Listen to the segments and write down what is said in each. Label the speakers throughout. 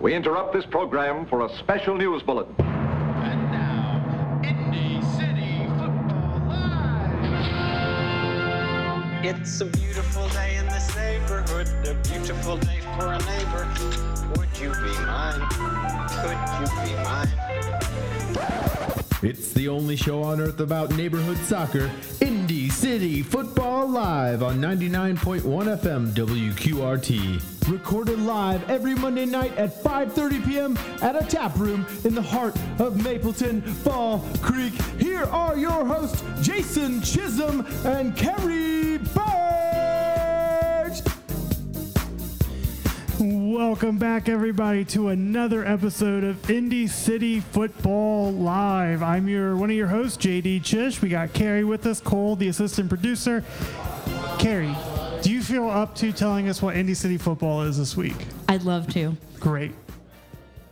Speaker 1: We interrupt this program for a special news bulletin.
Speaker 2: And now, Indy City Football Live. It's a beautiful day in this neighborhood, a beautiful day for a neighbor. Would you be mine? Could you be mine?
Speaker 3: It's the only show on earth about neighborhood soccer, Indy City Football Live on 99.1 FM WQRT. Recorded live every Monday night at 5:30 p.m. at a tap room in the heart of Mapleton Fall Creek. Here are your hosts, Jason Chisholm and Kerry Bird.
Speaker 4: Welcome back, everybody, to another episode of Indy City Football Live. I'm your one of your hosts, JD Chish. We got Carrie with us, Cole, the assistant producer. Carrie, do you feel up to telling us what Indy City Football is this week?
Speaker 5: I'd love to.
Speaker 4: Great.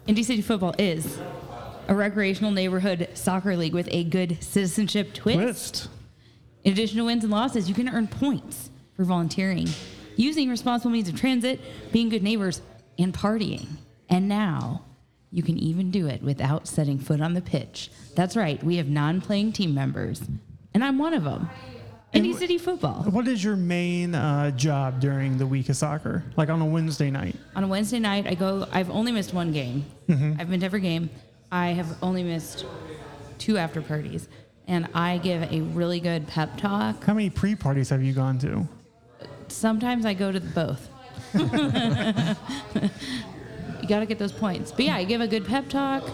Speaker 5: Indy City Football is a recreational neighborhood soccer league with a good citizenship twist.
Speaker 4: Twist.
Speaker 5: In addition to wins and losses, you can earn points for volunteering, using responsible means of transit, being good neighbors, and partying. And now you can even do it without setting foot on the pitch. That's right, we have non playing team members, and I'm one of them. Indy City Football.
Speaker 4: What is your main uh, job during the week of soccer? Like on a Wednesday night?
Speaker 5: on a Wednesday night, I go. I've only missed one game.
Speaker 4: Mm-hmm.
Speaker 5: I've been to every game. I have only missed two after parties, and I give a really good pep talk.
Speaker 4: How many pre parties have you gone to?
Speaker 5: Sometimes I go to both. you got to get those points. But yeah, I give a good pep talk.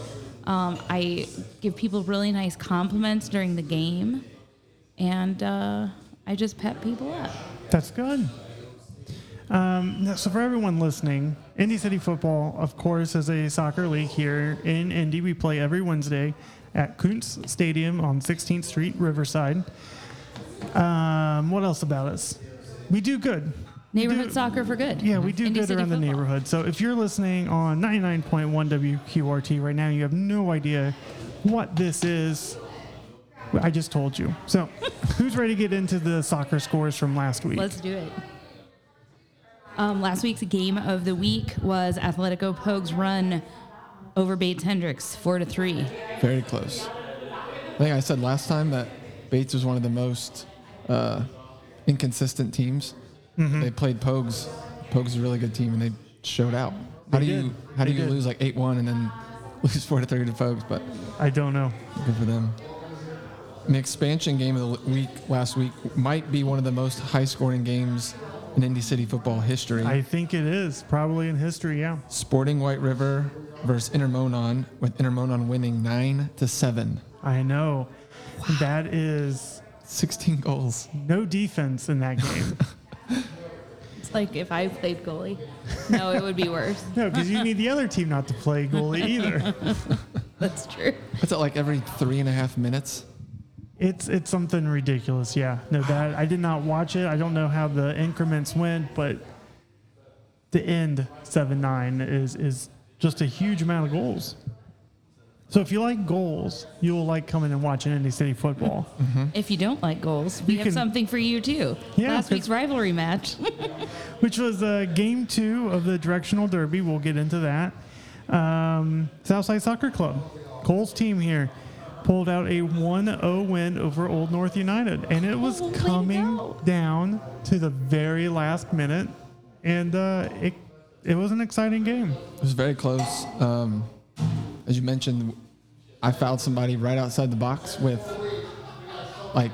Speaker 5: Um, I give people really nice compliments during the game, and uh, I just pep people up.
Speaker 4: That's good. Um, no, so for everyone listening, Indy City Football, of course, is a soccer league here in Indy. We play every Wednesday at Kuntz Stadium on 16th Street, Riverside. Um, what else about us? We do good.
Speaker 5: Neighborhood
Speaker 4: do-
Speaker 5: soccer for good.
Speaker 4: Yeah, we do
Speaker 5: Mm-hmm. Indy
Speaker 4: good
Speaker 5: City
Speaker 4: around the
Speaker 5: football.
Speaker 4: neighborhood. So if you're listening on 99.1 WQRT right now, you have no idea what this is. I just told you. So who's ready to get into the soccer scores from last week?
Speaker 5: Let's do it. Um, last week's game of the week was Atletico Pogues run over Bates Hendricks, four to three.
Speaker 6: Very close. I think I said last time that Bates was one of the most uh, inconsistent teams.
Speaker 4: Mm-hmm.
Speaker 6: They played Pogues. Pogues is a really good team, and they showed out. How
Speaker 4: They
Speaker 6: do
Speaker 4: did.
Speaker 6: you how do
Speaker 4: They
Speaker 6: you
Speaker 4: did.
Speaker 6: lose like eight one and then lose four to three to Pogues? But
Speaker 4: I don't know.
Speaker 6: good for them. An expansion game of the week last week might be one of the most high scoring games in Indy City football history.
Speaker 4: I think it is probably in history. Yeah,
Speaker 6: Sporting White River versus Intermonon, with Intermonon winning nine to seven.
Speaker 4: I know. That is
Speaker 6: 16 goals.
Speaker 4: no defense in that game.
Speaker 5: It's like if I played goalie. No, it would be worse.
Speaker 4: no, because you need the other team not to play goalie either.
Speaker 5: That's true.
Speaker 6: What's it like every three and a half minutes?
Speaker 4: It's it's something ridiculous. Yeah, no, that I did not watch it. I don't know how the increments went, but the end seven nine is is just a huge amount of goals. So if you like goals, you'll like coming and watching Indy City football.
Speaker 5: If you don't like goals, we
Speaker 4: You
Speaker 5: have
Speaker 4: can-
Speaker 5: something for you too.
Speaker 4: Yeah,
Speaker 5: Last week's
Speaker 4: because-
Speaker 5: rivalry match.
Speaker 4: which was uh, game two of the directional derby. We'll get into that. Um, Southside Soccer Club, Cole's team here, pulled out a 1 0 win over Old North United. And it was
Speaker 5: Oh, way to
Speaker 4: coming
Speaker 5: go.
Speaker 4: down to the very last minute. And uh, it, it was an exciting game.
Speaker 6: It was very close. Um, as you mentioned, I fouled somebody right outside the box with like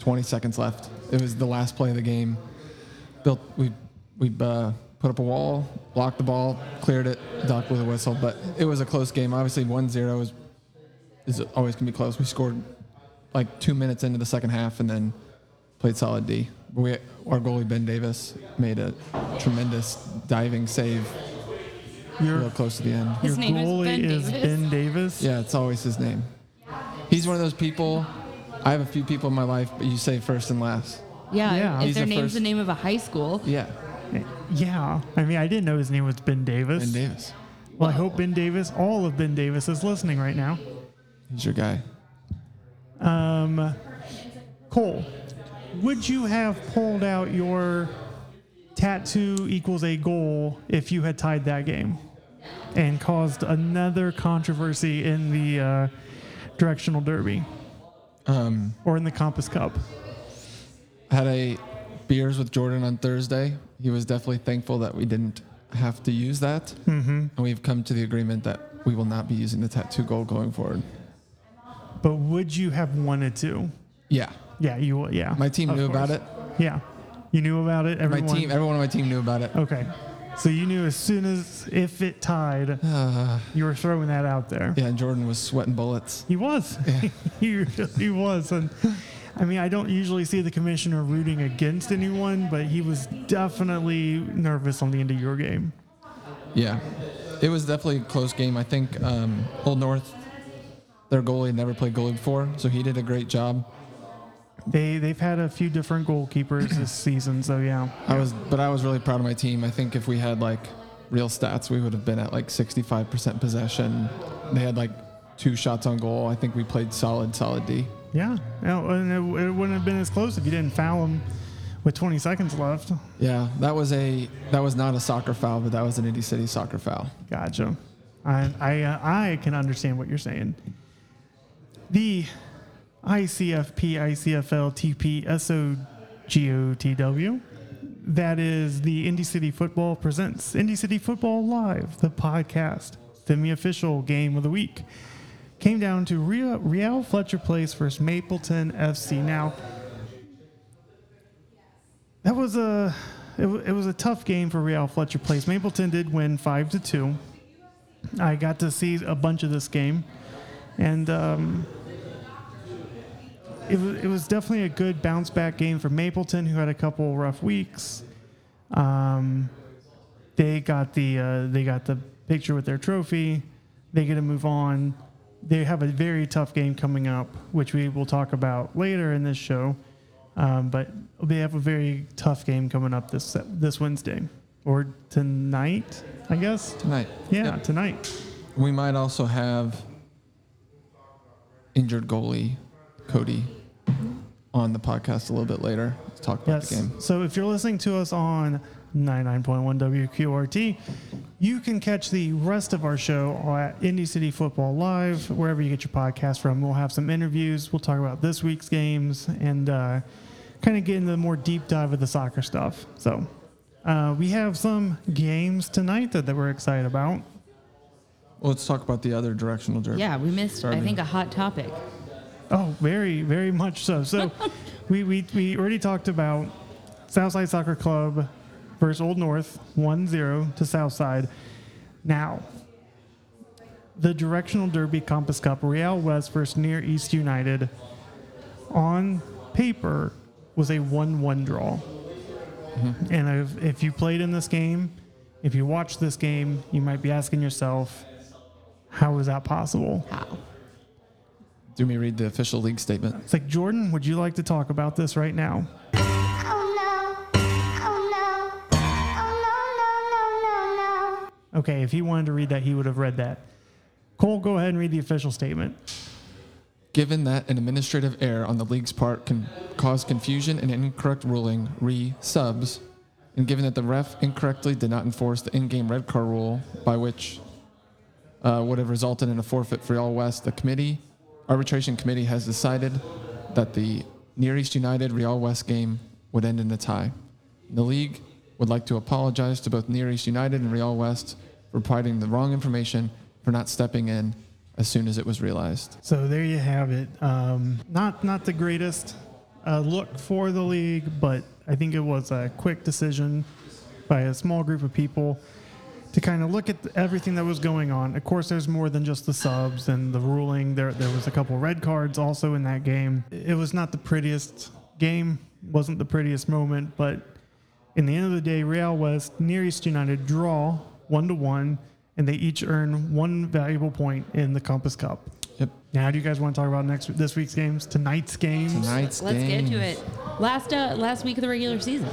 Speaker 6: 20 seconds left. It was the last play of the game. Built, we we uh, put up a wall, blocked the ball, cleared it, ducked with a whistle. But it was a close game. Obviously, 1-0 is is always can be close. We scored like two minutes into the second half, and then played solid D. We, our goalie Ben Davis made a tremendous diving save real
Speaker 4: Your,
Speaker 6: close to the end.
Speaker 5: His
Speaker 4: your
Speaker 5: name is
Speaker 4: goalie
Speaker 5: Ben
Speaker 4: is
Speaker 5: Davis.
Speaker 4: Ben Davis.
Speaker 6: Yeah, it's always his name. He's one of those people. I have a few people in my life, but you say first and last.
Speaker 5: Yeah,
Speaker 4: Yeah.
Speaker 5: if
Speaker 6: He's
Speaker 5: their
Speaker 6: the
Speaker 5: name's
Speaker 6: first-
Speaker 5: the name of a high school.
Speaker 6: Yeah,
Speaker 4: Yeah. I mean, I didn't know his name was Ben Davis.
Speaker 6: Ben Davis.
Speaker 4: Well, I hope Ben Davis, all of Ben Davis, is listening right now.
Speaker 6: He's your guy.
Speaker 4: Um, Cole, would you have pulled out your tattoo equals a goal if you had tied that game? and caused another controversy in the uh, directional derby
Speaker 6: Um,
Speaker 4: or in the Compass Cup.
Speaker 6: had a beers with Jordan on Thursday. He was definitely thankful that we didn't have to use that, mm-hmm. and we've come to the agreement that we will not be using the tattoo goal going forward.
Speaker 4: But would you have wanted to?
Speaker 6: Yeah,
Speaker 4: Yeah, you would. Yeah.
Speaker 6: my team
Speaker 4: Of
Speaker 6: knew about
Speaker 4: course.
Speaker 6: it.
Speaker 4: Yeah. You knew about it?
Speaker 6: My
Speaker 4: Everyone?
Speaker 6: team, e- everyone on my team knew about it.
Speaker 4: Okay. So you knew as soon as if it tied, you were throwing that out there.
Speaker 6: Yeah, and Jordan was sweating bullets.
Speaker 4: He was. he really was. And I mean, I don't usually see the commissioner rooting against anyone, but he was definitely nervous on the end of your game.
Speaker 6: Yeah, it was definitely a close game. I think um, Old North, their goalie had never played goalie before, so he did a great job.
Speaker 4: They they've had a few different goalkeepers this season, so yeah.
Speaker 6: I was, but I was really proud of my team. I think if we had like real stats, we would have been at like 65% possession. They had like two shots on goal. I think we played solid, solid D.
Speaker 4: Yeah. No, and it, it wouldn't have been as close if you didn't foul him with 20 seconds left.
Speaker 6: Yeah, that was a that was not a soccer foul, but that was an Indy City soccer foul.
Speaker 4: Gotcha. I I, uh, I can understand what you're saying. The ICFP ICFL TP SOGOTW. That is the Indy City Football presents Indy City Football Live, the podcast, semi-official game of the week. Came down to Real, Real Fletcher Place versus Mapleton FC. Now, that was a it, wa- it was a tough game for Real Fletcher Place. Mapleton did win five to two. I got to see a bunch of this game, and um, it was it was definitely a good bounce back game for Mapleton, who had a couple rough weeks. Um, they got the uh, they got the picture with their trophy. They get to move on. They have a very tough game coming up, which we will talk about later in this show. Um, but they have a very tough game coming up this this Wednesday or tonight, I guess.
Speaker 6: Tonight.
Speaker 4: Yeah,
Speaker 6: Yep.
Speaker 4: tonight.
Speaker 6: We might also have injured goalie Cody on the podcast a little bit later. Let's talk about
Speaker 4: Yes.
Speaker 6: the game.
Speaker 4: So if you're listening to us on 99.1 WQRT, you can catch the rest of our show at Indy City Football Live, wherever you get your podcast from. We'll have some interviews. We'll talk about this week's games and uh, kind of get into the more deep dive of the soccer stuff. So uh, we have some games tonight that, that we're excited about.
Speaker 6: Well, let's talk about the other directional derby.
Speaker 5: Yeah, we missed, I think, a hot topic.
Speaker 4: Oh, very, very much so. So we, we, we already talked about Southside Soccer Club versus Old North 1 0 to Southside. Now, the Directional Derby Compass Cup, Real West versus Near East United, on paper was a 1 1 draw. And if, if you played in this game, if you watched this game, you might be asking yourself, how is that possible?
Speaker 5: How?
Speaker 6: Do me read the official league statement.
Speaker 4: It's like, Jordan, would you like to talk about this right now?
Speaker 7: Oh no. Oh no. Oh no, no, no, no, no.
Speaker 4: Okay, if he wanted to read that, he would have read that. Cole, go ahead and read the official statement.
Speaker 6: Given that an administrative error on the league's part can cause confusion and incorrect ruling, re subs, and given that the ref incorrectly did not enforce the in game red card rule, by which uh, would have resulted in a forfeit for all West, the committee, arbitration committee, has decided that the Near East United Real West game would end in a tie. The league would like to apologize to both Near East United and Real West for providing the wrong information for not stepping in as soon as it was realized.
Speaker 4: So there you have it. Um, not not the greatest uh, look for the league, but I think it was a quick decision by a small group of people to kind of look at everything that was going on. Of course, there's more than just the subs and the ruling. There there was a couple red cards also in that game. It was not the prettiest game. wasn't the prettiest moment, but in the end of the day, Real West, Near East United draw one to one, and they each earn one valuable point in the Compass Cup.
Speaker 6: Yep.
Speaker 4: Now, do you guys want to talk about next this week's games, tonight's games?
Speaker 6: Tonight's
Speaker 5: Let's
Speaker 6: game.
Speaker 5: get to it. Last uh, last week of the regular season.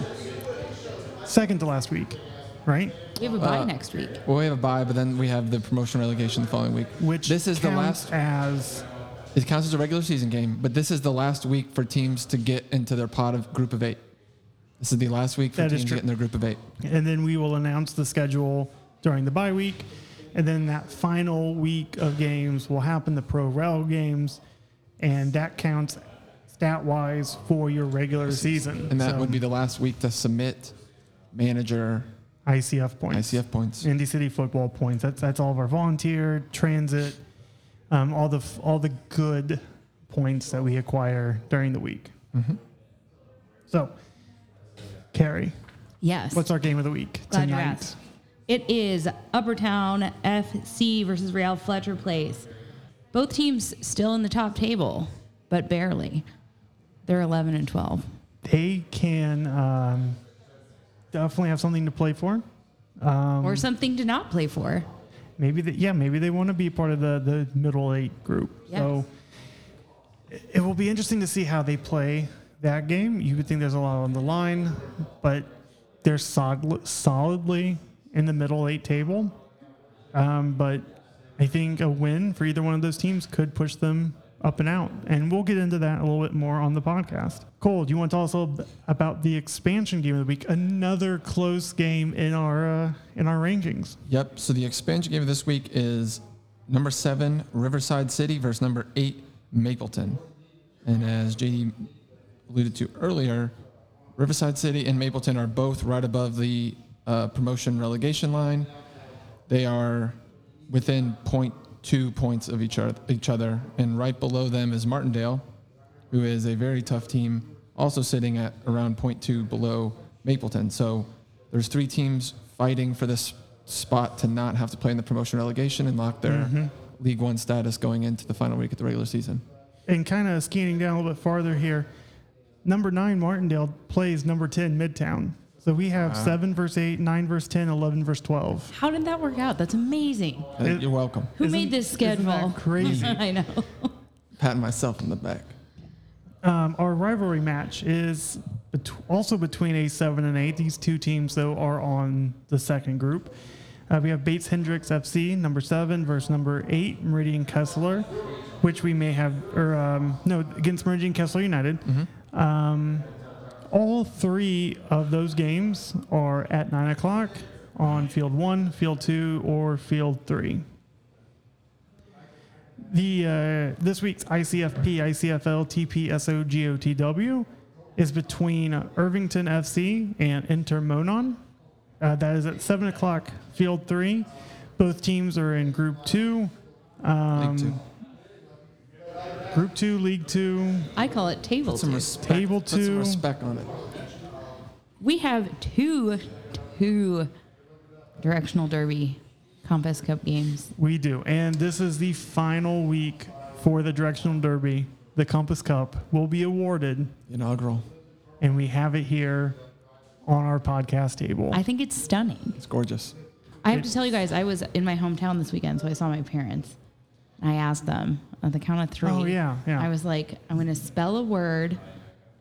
Speaker 4: Second to last week, right?
Speaker 5: We have a
Speaker 4: Uh,
Speaker 5: bye next week.
Speaker 6: Well, we have a bye, but then we have the promotion relegation the following week.
Speaker 4: Which
Speaker 6: this is the
Speaker 4: counts
Speaker 6: last.
Speaker 4: as
Speaker 6: It counts as a regular season game, but this is the last week for teams to get into their pot of group of eight. This is the last week for
Speaker 4: That is
Speaker 6: teams to
Speaker 4: true.
Speaker 6: get in their group of eight.
Speaker 4: and then we will announce the schedule during the bye week. And then that final week of games will happen the pro rel games, and that counts stat wise for your regular season.
Speaker 6: And that
Speaker 4: So,
Speaker 6: would be the last week to submit manager
Speaker 4: ICF points.
Speaker 6: ICF points.
Speaker 4: Indy City football points. That's that's all of our volunteer, transit, um, all the f- all the good points that we acquire during the week. So, Carrie,
Speaker 5: Yes.
Speaker 4: what's our game of the week
Speaker 5: Glad you
Speaker 4: tonight?
Speaker 5: asked. It is Uppertown FC versus Real Fletcher Place. Both teams still in the top table, but barely. They're 11 and 12.
Speaker 4: They can um, definitely have something to play for. Um,
Speaker 5: or something to not play for.
Speaker 4: Maybe that yeah, maybe they want to be part of the the middle eight group. So it- it will be interesting to see how they play that game. You would think there's a lot on the line, but they're solid, solidly in the middle eight table. Um, but I think a win for either one of those teams could push them up and out, and we'll get into that a little bit more on the podcast. Cole, do you want to tell us a little bit about the expansion game of the week? Another close game in our uh, in our rankings.
Speaker 6: Yep. So the expansion game of this week is number seven Riverside City versus number eight Mapleton. And as JD alluded to earlier, Riverside City and Mapleton are both right above the uh, promotion relegation line. They are within 0.2 points of each other, each other, and right below them is Martindale, who is a very tough team, also sitting at around 0.2 below Mapleton. So there's three teams fighting for this spot to not have to play in the promotion relegation and lock their
Speaker 4: Mm-hmm.
Speaker 6: League One status going into the final week of the regular season.
Speaker 4: and kind of scanning down a little bit farther here, number nine Martindale plays number 10 Midtown. So we have seven verse eight, nine verse 10, 11 verse 12.
Speaker 5: How did that work out? That's amazing.
Speaker 6: I think you're welcome.
Speaker 5: Who
Speaker 4: Isn't-
Speaker 5: made this
Speaker 4: isn't that
Speaker 5: schedule?
Speaker 4: crazy?
Speaker 5: I know.
Speaker 6: Patting myself on the back.
Speaker 4: Um, our rivalry match is bet- also between a seven and eight. These two teams, though, are on the second group. Uh, we have Bates Hendricks FC, number seven, versus number eight, Meridian Kessler, which we may have, or um, no, against Meridian Kessler United. Um, all three of those games are at nine o'clock on field one, field two, or field three. The uh, this week's ICFP, ICFL, TPSO, GOTW is between uh, Irvington FC and Intermonon. Uh, that is at seven o'clock, field three. Both teams are in Group Two, Um,
Speaker 6: League two.
Speaker 4: Group Two, League Two.
Speaker 5: I call it table.
Speaker 6: Put some
Speaker 5: two.
Speaker 6: respect.
Speaker 4: Table
Speaker 6: put some
Speaker 4: two.
Speaker 6: respect on it.
Speaker 5: we have two, two directional derby Compass Cup games.
Speaker 4: We do, and this is the final week for the Directional Derby. The Compass Cup will be awarded,
Speaker 6: Inaugural.
Speaker 4: and we have it here on our podcast table.
Speaker 5: I think it's stunning.
Speaker 6: It's gorgeous.
Speaker 5: I have to tell you guys, I was in my hometown this weekend, so I saw my parents. I asked them on the count of three.
Speaker 4: Oh, yeah, yeah.
Speaker 5: I was like, I'm going to spell a word,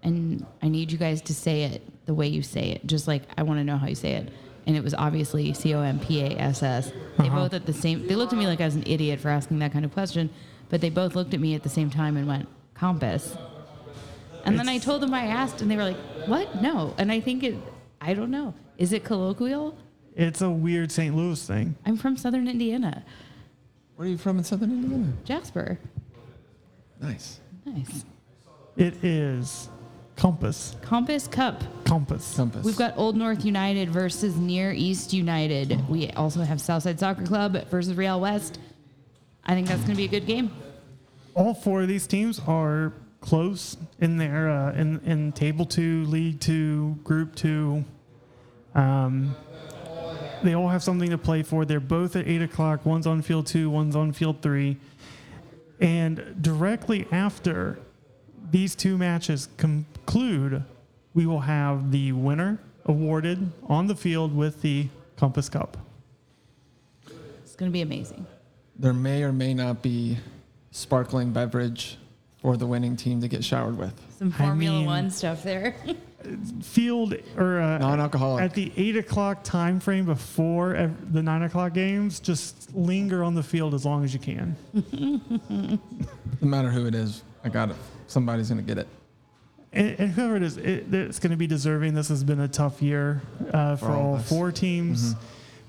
Speaker 5: and I need you guys to say it the way you say it. Just like I want to know how you say it. And it was obviously C O M P A S S. They
Speaker 4: Uh-huh.
Speaker 5: both at the same. They looked at me like I was an idiot for asking that kind of question, but they both looked at me at the same time and went compass. And then I
Speaker 4: It's-
Speaker 5: told them I asked, and they were like, "What? No." And I think it. I don't know. Is it colloquial?
Speaker 4: It's a weird St. Louis thing.
Speaker 5: I'm from Southern Indiana.
Speaker 6: Where are you from in Southern Indiana?
Speaker 5: Jasper.
Speaker 6: Nice.
Speaker 5: Nice.
Speaker 4: It is Compass.
Speaker 5: Compass Cup.
Speaker 4: Compass.
Speaker 6: Compass.
Speaker 5: We've got Old North United versus Near East United. We also have Southside Soccer Club versus Real West. I think that's going to be a good game.
Speaker 4: All four of these teams are close in their uh, in in Table Two, League Two, Group Two. Um, they all have something to play for. They're both at eight o'clock. One's on field two. One's on field three. And directly after these two matches conclude, we will have the winner awarded on the field with the Compass Cup.
Speaker 5: It's going to be amazing.
Speaker 6: there may or may not be sparkling beverage for the winning team to get showered with.
Speaker 5: Some Formula
Speaker 4: mean-
Speaker 5: One stuff there.
Speaker 4: field or uh,
Speaker 6: Non-alcoholic.
Speaker 4: at the eight o'clock time frame before ev- the nine o'clock games. Just linger on the field as long as you can.
Speaker 6: No matter who it is, I got it. Somebody's gonna get it.
Speaker 4: And, and whoever it is, it, it's going to be deserving. This has been a tough year uh, for,
Speaker 6: all
Speaker 4: all
Speaker 6: of us. Mm-hmm.
Speaker 4: four teams,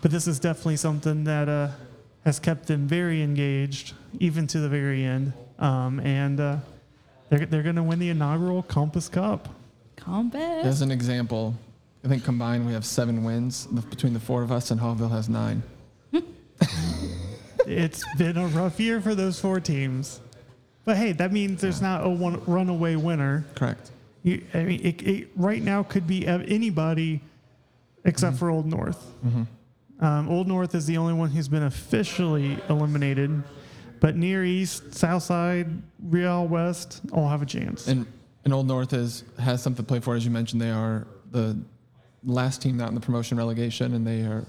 Speaker 4: but this is definitely something that uh, has kept them very engaged, even to the very end. Um, and uh, they're, they're going to win the inaugural Compass Cup.
Speaker 5: Combat.
Speaker 6: As an example, I think combined we have seven wins The- between the four of us, and Hallville has nine.
Speaker 4: it's been a rough year for those four teams. But hey, that means there's not a one runaway winner.
Speaker 6: Correct.
Speaker 4: You, I mean, it, it right now could be ev- anybody except for Old North.
Speaker 6: Mm-hmm.
Speaker 4: Um, Old North is the only one who's been officially eliminated, but Near East, Southside, Real West all have a chance.
Speaker 6: And and Old North is has something to play for, as you mentioned. They are the last team out in the promotion relegation, and they are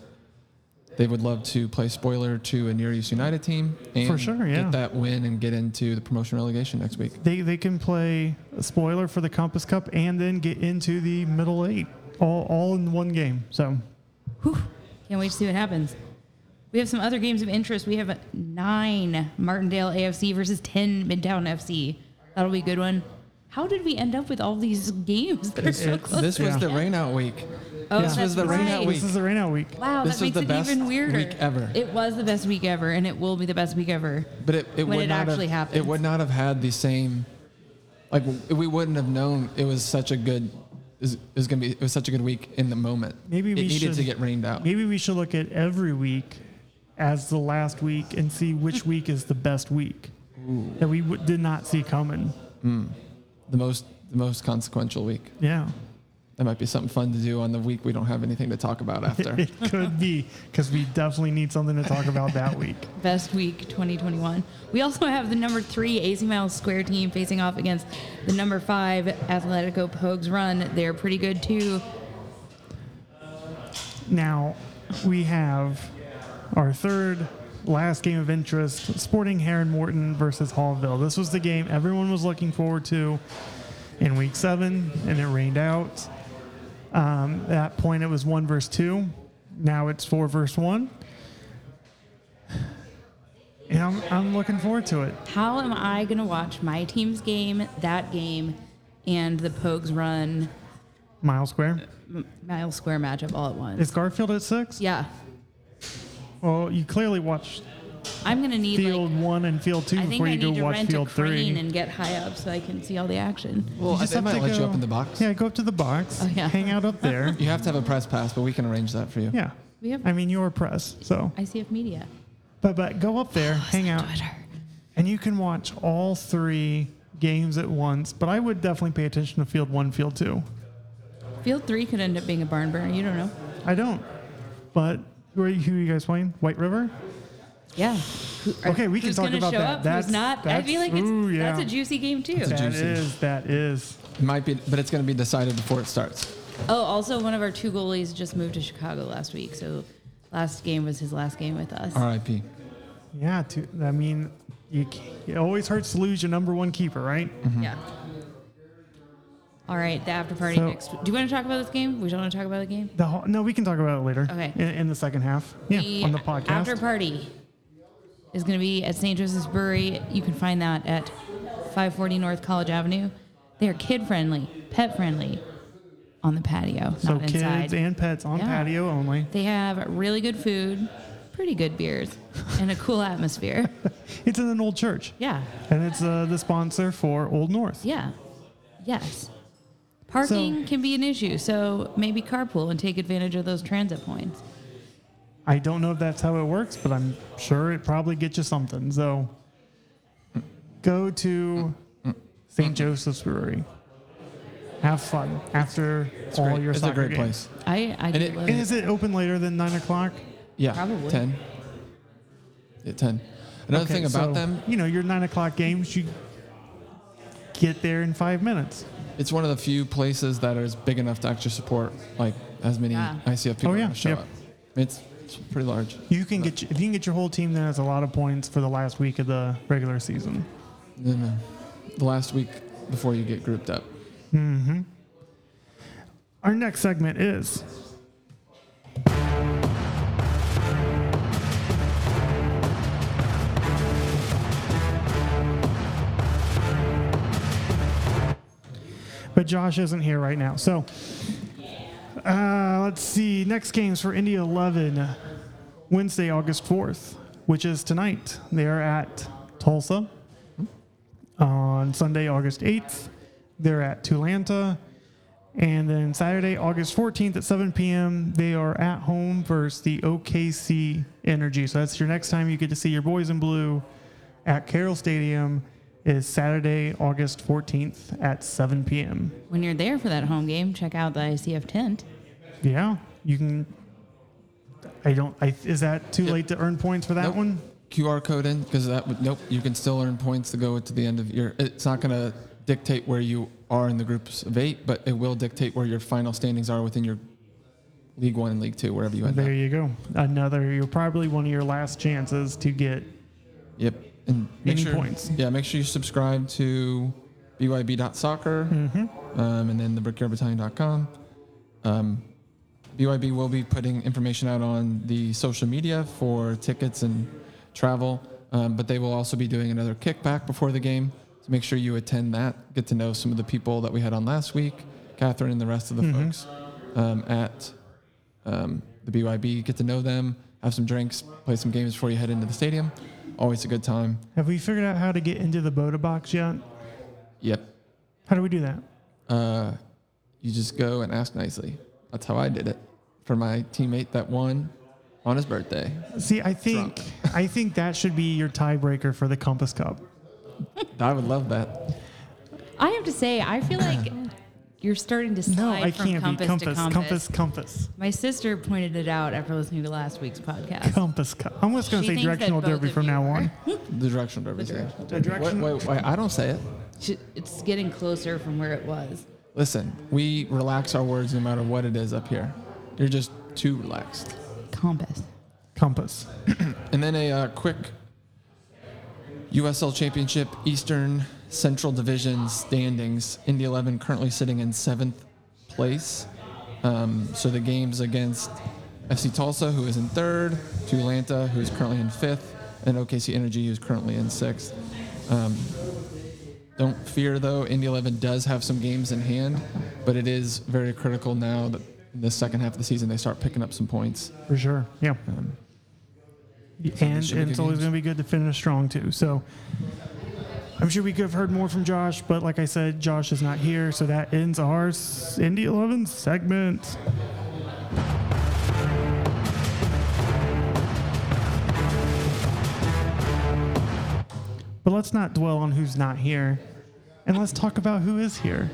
Speaker 6: they would love to play spoiler to a Near East United team and
Speaker 4: For sure, yeah.
Speaker 6: get that win and get into the promotion relegation next week.
Speaker 4: they, they can play a spoiler for the Compass Cup and then get into the middle eight all, all in one game. So
Speaker 5: Whew. Can't wait to see what happens. We have some other games of interest. We have a nine Martindale AFC versus 10 Midtown FC. That'll be a good one. How did we end up with all these games that are so
Speaker 4: It's-
Speaker 5: close?
Speaker 6: This was
Speaker 4: Yeah.
Speaker 6: the rainout week.
Speaker 5: Oh,
Speaker 6: this was
Speaker 5: that's
Speaker 6: the rainout
Speaker 5: right.
Speaker 6: week.
Speaker 4: this is the rain out week.
Speaker 5: Wow,
Speaker 6: This
Speaker 5: that makes
Speaker 6: was the
Speaker 5: it
Speaker 6: best
Speaker 5: even weirder.
Speaker 6: week ever.
Speaker 5: It was the best week ever, and it will be the best week ever.
Speaker 6: But it, it
Speaker 5: When
Speaker 6: would
Speaker 5: it
Speaker 6: not have-
Speaker 5: actually happens.
Speaker 6: It would not have had the same, like w- we wouldn't have known it was such a good, is is gonna be it was such a good week in the moment.
Speaker 4: Maybe
Speaker 6: it
Speaker 4: we
Speaker 6: needed
Speaker 4: should-
Speaker 6: to get rained out.
Speaker 4: Maybe we should look at every week as the last week and see which week is the best week that we w- did not see coming.
Speaker 6: The most the most consequential week.
Speaker 4: Yeah,
Speaker 6: That might be something fun to do on the week we don't have anything to talk about after.
Speaker 4: it could be because we definitely need something to talk about that week.
Speaker 5: Best week 2021. We also have the number three AC Miles Square team facing off against the number five Athletico Pogues Run. They're pretty good too.
Speaker 4: Now we have our third last game of interest Sporting Heron Morton versus Hallville. This was the game everyone was looking forward to in week seven, and it rained out. Um, at that point, it was one versus two. Now it's four versus one. And I'm, I'm looking forward to it.
Speaker 5: How am I going to watch my team's game, that game, and the Pogues Run
Speaker 4: Mile Square.
Speaker 5: Miles Square matchup all at once?
Speaker 4: Is Garfield at six?
Speaker 5: Yeah.
Speaker 4: Well, you clearly watched
Speaker 5: I'm going to need like.
Speaker 4: field one and field two
Speaker 5: I think
Speaker 4: before
Speaker 5: I
Speaker 4: you
Speaker 5: need
Speaker 4: go
Speaker 5: to
Speaker 4: watch
Speaker 5: rent a
Speaker 4: field
Speaker 5: crane
Speaker 4: three.
Speaker 5: and get high up so I can see all the action.
Speaker 6: well,
Speaker 4: just
Speaker 6: they
Speaker 4: have
Speaker 6: might
Speaker 4: to
Speaker 6: let you
Speaker 4: go-
Speaker 6: up in the box.
Speaker 4: Yeah, go up to the box.
Speaker 5: Oh, yeah.
Speaker 4: Hang out up there.
Speaker 6: You have to have a press pass, but we can arrange that for you.
Speaker 4: yeah.
Speaker 5: We have-
Speaker 4: I mean, you're press, so.
Speaker 5: ICF Media.
Speaker 4: But but go up there,
Speaker 5: Oh,
Speaker 4: hang out,
Speaker 5: Twitter.
Speaker 4: and you can watch all three games at once. But I would definitely pay attention to field one, field two.
Speaker 5: Field three could end up being a barn burner. You don't know.
Speaker 4: I don't. But who are you, who are you guys playing? White River?
Speaker 5: Yeah. Who- are-
Speaker 4: Okay, we can
Speaker 5: who's
Speaker 4: talk
Speaker 5: gonna
Speaker 4: about
Speaker 5: show
Speaker 4: that.
Speaker 5: Up,
Speaker 4: That's-
Speaker 5: who's not? I
Speaker 4: that's-
Speaker 5: feel like it's,
Speaker 4: ooh, yeah.
Speaker 5: that's a juicy game too.
Speaker 6: a-
Speaker 4: That
Speaker 6: Juicy.
Speaker 4: is, that is.
Speaker 6: It might be, but it's gonna be decided before it starts.
Speaker 5: Oh, also one of our two goalies just moved to Chicago last week, so last game was his last game with us.
Speaker 6: R.I.P.
Speaker 4: Yeah, to, I mean, you, ca- it always hurts to lose your number one keeper, right?
Speaker 5: Yeah. All right, the after party
Speaker 4: So-
Speaker 5: next. Do you want to talk about this game? We don't want to talk about the game.
Speaker 4: The whole, no, we can talk about it later.
Speaker 5: Okay.
Speaker 4: In, in the second half. Yeah,
Speaker 5: The
Speaker 4: on the podcast.
Speaker 5: After party is going to be at St. Joseph's Brewery. You can find that at 540 North College Avenue. They are kid friendly, pet friendly, on the patio,
Speaker 4: so
Speaker 5: not
Speaker 4: kids
Speaker 5: inside.
Speaker 4: and pets on
Speaker 5: Yeah.
Speaker 4: patio only.
Speaker 5: They have really good food, pretty good beers, and a cool atmosphere.
Speaker 4: It's in an old church.
Speaker 5: Yeah.
Speaker 4: And it's uh, the sponsor for Old North.
Speaker 5: Yeah. Yes. Parking can be an issue, so maybe carpool and take advantage of those transit points.
Speaker 4: I don't know if that's how it works, but I'm sure it probably gets you something. So go to St. Joseph's Brewery. Have fun after all
Speaker 6: Great.
Speaker 4: your
Speaker 6: it's a
Speaker 4: soccer
Speaker 6: great
Speaker 4: games.
Speaker 6: place.
Speaker 5: I, I do
Speaker 6: it-
Speaker 5: love
Speaker 4: And is it open later than nine o'clock?
Speaker 6: Yeah,
Speaker 5: Probably.
Speaker 6: ten. Yeah, ten. Another
Speaker 4: Okay,
Speaker 6: thing about
Speaker 4: so,
Speaker 6: them,
Speaker 4: you know, your nine o'clock games, you get there in five minutes.
Speaker 6: it's one of the few places that is big enough to actually support like as many
Speaker 5: Yeah.
Speaker 6: ICF people
Speaker 4: Oh, yeah,
Speaker 6: to show
Speaker 4: yep.
Speaker 6: up. It's, it's pretty large.
Speaker 4: You can get if you can get your whole team. Then it's a lot of points for the last week of the regular season.
Speaker 6: No, no. uh, The last week before you get grouped up.
Speaker 4: Our next segment is But Josh isn't here right now. So uh, let's see. Next games for Indy 11, Wednesday, August 4th. which is tonight. They are at Tulsa on Sunday, August 8th. They're at Tulanta. And then Saturday, August 14th at 7 p.m., they are at home versus the OKC Energy. So that's your next time you get to see your boys in blue at Carroll Stadium is Saturday, August 14th at 7 p.m.
Speaker 5: When you're there for that home game, check out the ICF tent.
Speaker 4: Yeah, you can. I don't. I, is that too late to earn points for that
Speaker 6: Nope.
Speaker 4: one?
Speaker 6: QR code in because that would, nope, you can still earn points to go to the end of your. It's not going to dictate where you are in the groups of eight, but it will dictate where your final standings are within your League One and League Two, wherever you end
Speaker 4: There
Speaker 6: up.
Speaker 4: you go. Another. You're probably one of your last chances to get
Speaker 6: Yep. And make
Speaker 4: Any
Speaker 6: sure,
Speaker 4: points.
Speaker 6: Yeah, make sure you subscribe to byb.soccer um, and then the brickyardbattalion.com. Um, BYB will be putting information out on the social media for tickets and travel, um, but they will also be doing another kickback before the game. So make sure you attend that. Get to know some of the people that we had on last week, Catherine and the rest of the folks um, at um, the BYB. Get to know them, have some drinks, play some games before you head into the stadium. Always a good time.
Speaker 4: Have we figured out how to get into the Boda box yet?
Speaker 6: Yep.
Speaker 4: How do we do that?
Speaker 6: Uh, you just go and ask nicely. That's how I did it for my teammate that won on his birthday.
Speaker 4: See, I think I think that should be your tiebreaker for the Compass Cup.
Speaker 6: I would love that.
Speaker 5: I have to say, I feel like you're starting to slide
Speaker 4: No, I
Speaker 5: from
Speaker 4: can't
Speaker 5: compass,
Speaker 4: be compass,
Speaker 5: to compass.
Speaker 4: compass, compass,
Speaker 5: My sister pointed it out after listening to last week's podcast.
Speaker 4: compass, cup. I'm just gonna
Speaker 5: She
Speaker 4: say
Speaker 5: thinks that
Speaker 4: directional
Speaker 5: both
Speaker 4: derby
Speaker 5: of
Speaker 4: from
Speaker 5: you
Speaker 4: now
Speaker 5: are.
Speaker 4: on.
Speaker 6: The directional derby. The
Speaker 4: direction-
Speaker 6: Wait, wait, wait, I don't say it.
Speaker 5: She- It's getting closer from where it was.
Speaker 6: Listen, we relax our words no matter what it is up here. You're just too relaxed.
Speaker 5: Compass.
Speaker 4: Compass.
Speaker 6: And then a uh, quick USL Championship Eastern Central Division standings. Indy 11 currently sitting in seventh place. Um, so the games against FC Tulsa, who is in third, Tulanta, who is currently in fifth, and OKC Energy, who is currently in sixth. Um, don't fear though, Indy 11 does have some games in hand, but it is very critical now that in the second half of the season they start picking up some points.
Speaker 4: For sure. Yeah. and
Speaker 6: should be
Speaker 4: and it's
Speaker 6: good
Speaker 4: always
Speaker 6: games.
Speaker 4: going to be good to finish strong, too. So I'm sure we could have heard more from Josh, but like I said, Josh is not here. So that ends our s- Indy 11 segment. But let's not dwell on who's not here. And let's talk about who is here.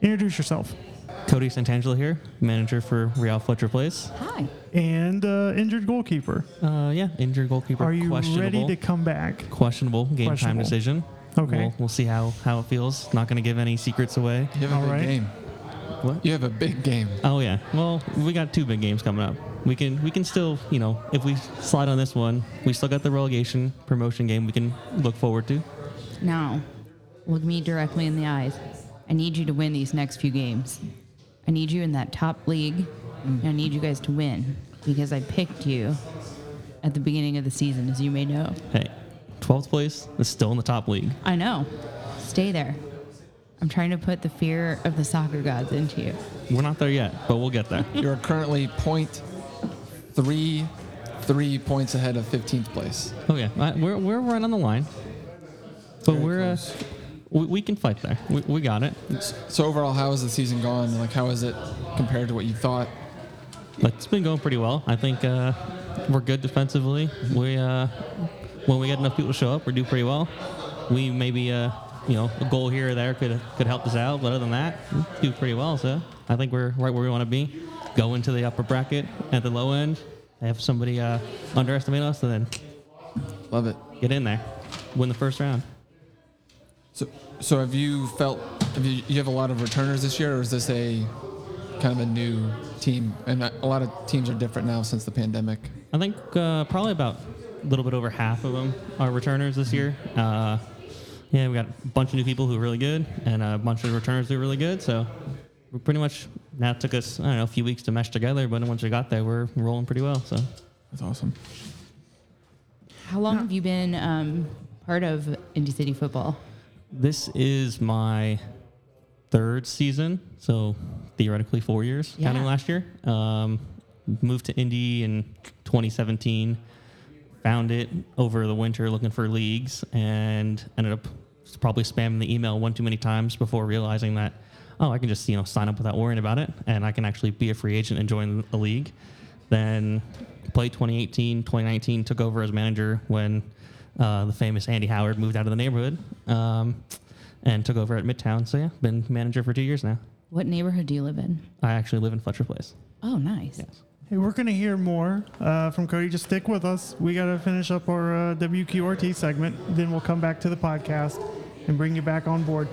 Speaker 4: Introduce yourself.
Speaker 8: Cody Santangelo here, manager for Real Fletcher Place.
Speaker 5: Hi.
Speaker 4: And uh, injured goalkeeper.
Speaker 8: Uh, yeah, injured goalkeeper.
Speaker 4: Are you ready
Speaker 8: questionable.
Speaker 4: to come back?
Speaker 8: questionable game time
Speaker 4: Questionable.
Speaker 8: decision?
Speaker 4: Okay.
Speaker 8: We'll, we'll see how, how it feels. Not going to give any secrets away.
Speaker 6: You have a
Speaker 4: All
Speaker 6: big
Speaker 4: right.
Speaker 6: game.
Speaker 8: What?
Speaker 6: You have a big game.
Speaker 8: Oh yeah. Well, we got two big games coming up. We can we can still you know if we slide on this one, we still got the relegation promotion game we can look forward to.
Speaker 5: Now, look me directly in the eyes. I need you to win these next few games. I need you in that top league. and I need you guys to win because I picked you at the beginning of the season, as you may know.
Speaker 8: Hey, 12th place is still in the top league.
Speaker 5: I know. Stay there. I'm trying to put the fear of the soccer gods into you.
Speaker 8: We're not there yet, but we'll get there.
Speaker 6: You're currently point three three points ahead of 15th place.
Speaker 8: oh yeah, I- we're we're right on the line, but we're uh,
Speaker 6: close.
Speaker 8: we, we can fight there. We, we got it.
Speaker 6: S- So overall, how has the season gone? Like, how is it compared to what you thought?
Speaker 8: But it's been going pretty well. I think uh, we're good defensively. We uh, when we get enough people to show up, we do pretty well. We maybe uh, you know a goal here or there could could help us out, but other than that, we do pretty well. So I think we're right where we want to be. Go into the upper bracket at the low end. Have somebody uh, underestimate us, and then
Speaker 6: Love it.
Speaker 8: get in there, win the first round.
Speaker 6: So, so have you felt? Have you, you have a lot of returners this year, or is this a kind of a new team? And a a lot of teams are different now since the pandemic.
Speaker 8: I think uh, probably about a little bit over half of them are returners this year. Uh, yeah, we got a bunch of new people who are really good, and a bunch of returners who are really good. So we pretty much now it took us I don't know a few weeks to mesh together, but once we got there, we're rolling pretty well. So
Speaker 6: That's awesome.
Speaker 5: How long have you been um, part of Indy City football?
Speaker 8: this is my third season, so theoretically four years
Speaker 5: Yeah.
Speaker 8: counting last year. Um, moved to Indy in 2017. found it over the winter looking for leagues and ended up probably spamming the email one too many times before realizing that oh I can just you know sign up without worrying about it and I can actually be a free agent and join a league. Then played 2018, 2019 took over as manager when uh, the famous Andy Howard moved out of the neighborhood um, and took over at Midtown. So yeah, been manager for two years now.
Speaker 5: What neighborhood do you live in?
Speaker 8: I actually live in Fletcher Place.
Speaker 5: Oh, nice.
Speaker 4: Hey, we're going to hear more uh, from Cody. Just stick with us. We got to finish up our uh, WQRT segment. Then we'll come back to the podcast and bring you back on board.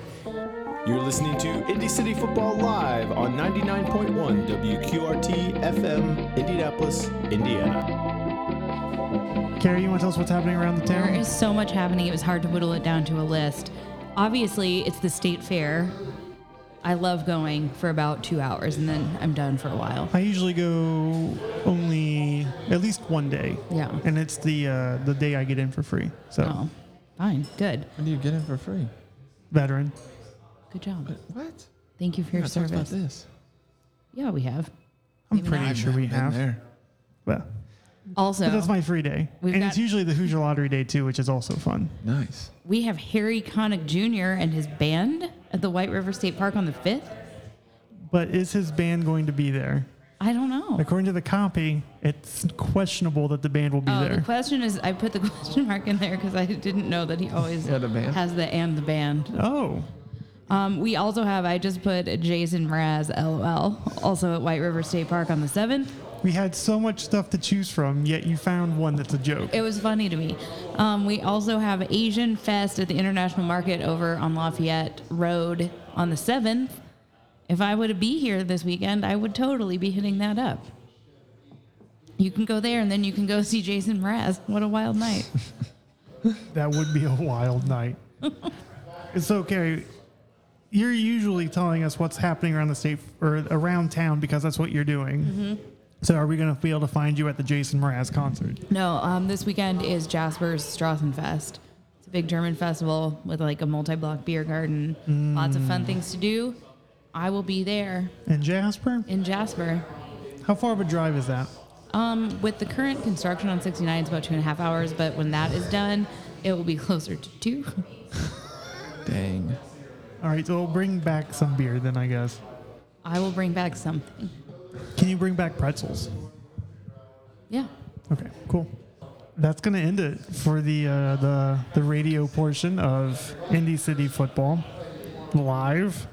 Speaker 3: You're listening to Indy City Football Live on 99.1 WQRT FM, Indianapolis, Indiana.
Speaker 4: Carrie, you want to tell us what's happening around the
Speaker 5: There
Speaker 4: town?
Speaker 5: is so much happening. It was hard to whittle it down to a list. Obviously, it's the state fair. I love going for about two hours and then I'm done for a while.
Speaker 4: I usually go only at least one day.
Speaker 5: Yeah.
Speaker 4: And it's the uh, the day I get in for free. So,
Speaker 5: Oh, fine. Good.
Speaker 6: When do you get it for free?
Speaker 4: veteran.
Speaker 5: Good job.
Speaker 6: What?
Speaker 5: Thank you for your
Speaker 6: Not talked about
Speaker 5: service.
Speaker 6: this.
Speaker 5: Yeah, we have.
Speaker 4: I'm
Speaker 5: Maybe
Speaker 4: pretty
Speaker 5: not.
Speaker 4: sure we
Speaker 6: Haven't been
Speaker 4: have.
Speaker 6: there.
Speaker 4: Well,
Speaker 5: Also,
Speaker 4: but that's my free day.
Speaker 5: We've
Speaker 4: and
Speaker 5: got-
Speaker 4: it's usually the Hoosier Lottery Day, too, which is also fun.
Speaker 6: Nice.
Speaker 5: we have Harry Connick Jr. and his band at the White River State Park on the 5th.
Speaker 4: But is his band going to be there?
Speaker 5: I don't know.
Speaker 4: According to the copy, it's questionable that the band will be
Speaker 5: Oh, the
Speaker 4: there.
Speaker 5: question is I put the question mark in there because I didn't know that he always
Speaker 6: Yeah, the band.
Speaker 5: has the and the band.
Speaker 4: oh,
Speaker 5: Um, we also have, I just put Jason Mraz, LOL, also at White River State Park on the 7th.
Speaker 4: we had so much stuff to choose from, yet you found one that's a joke.
Speaker 5: It was funny to me. Um, we also have Asian Fest at the International Market over on Lafayette Road on the 7th. If I were to be here this weekend, I would totally be hitting that up. You can go there and then you can go see Jason Mraz. What a wild night.
Speaker 4: That would be a wild night. so, Carrie, you're usually telling us what's happening around the state or around town because that's what you're doing. So, are we going to be able to find you at the Jason Mraz concert?
Speaker 5: No, um, this weekend is Jasper's Strassenfest. It's a big German festival with like a multi-block beer garden, lots of fun things to do. I will be there
Speaker 4: And Jasper,
Speaker 5: in Jasper.
Speaker 4: how far of a drive is that?
Speaker 5: Um, with the current construction on 69, it's about two and a half hours, but when that is done, it will be closer to two.
Speaker 6: Dang.
Speaker 4: All right, so we'll bring back some beer then, I guess.
Speaker 5: I will bring back something.
Speaker 4: Can you bring back pretzels?
Speaker 5: Yeah.
Speaker 4: Okay, cool. That's going to end it for the uh, the the radio portion of Indy City Football live.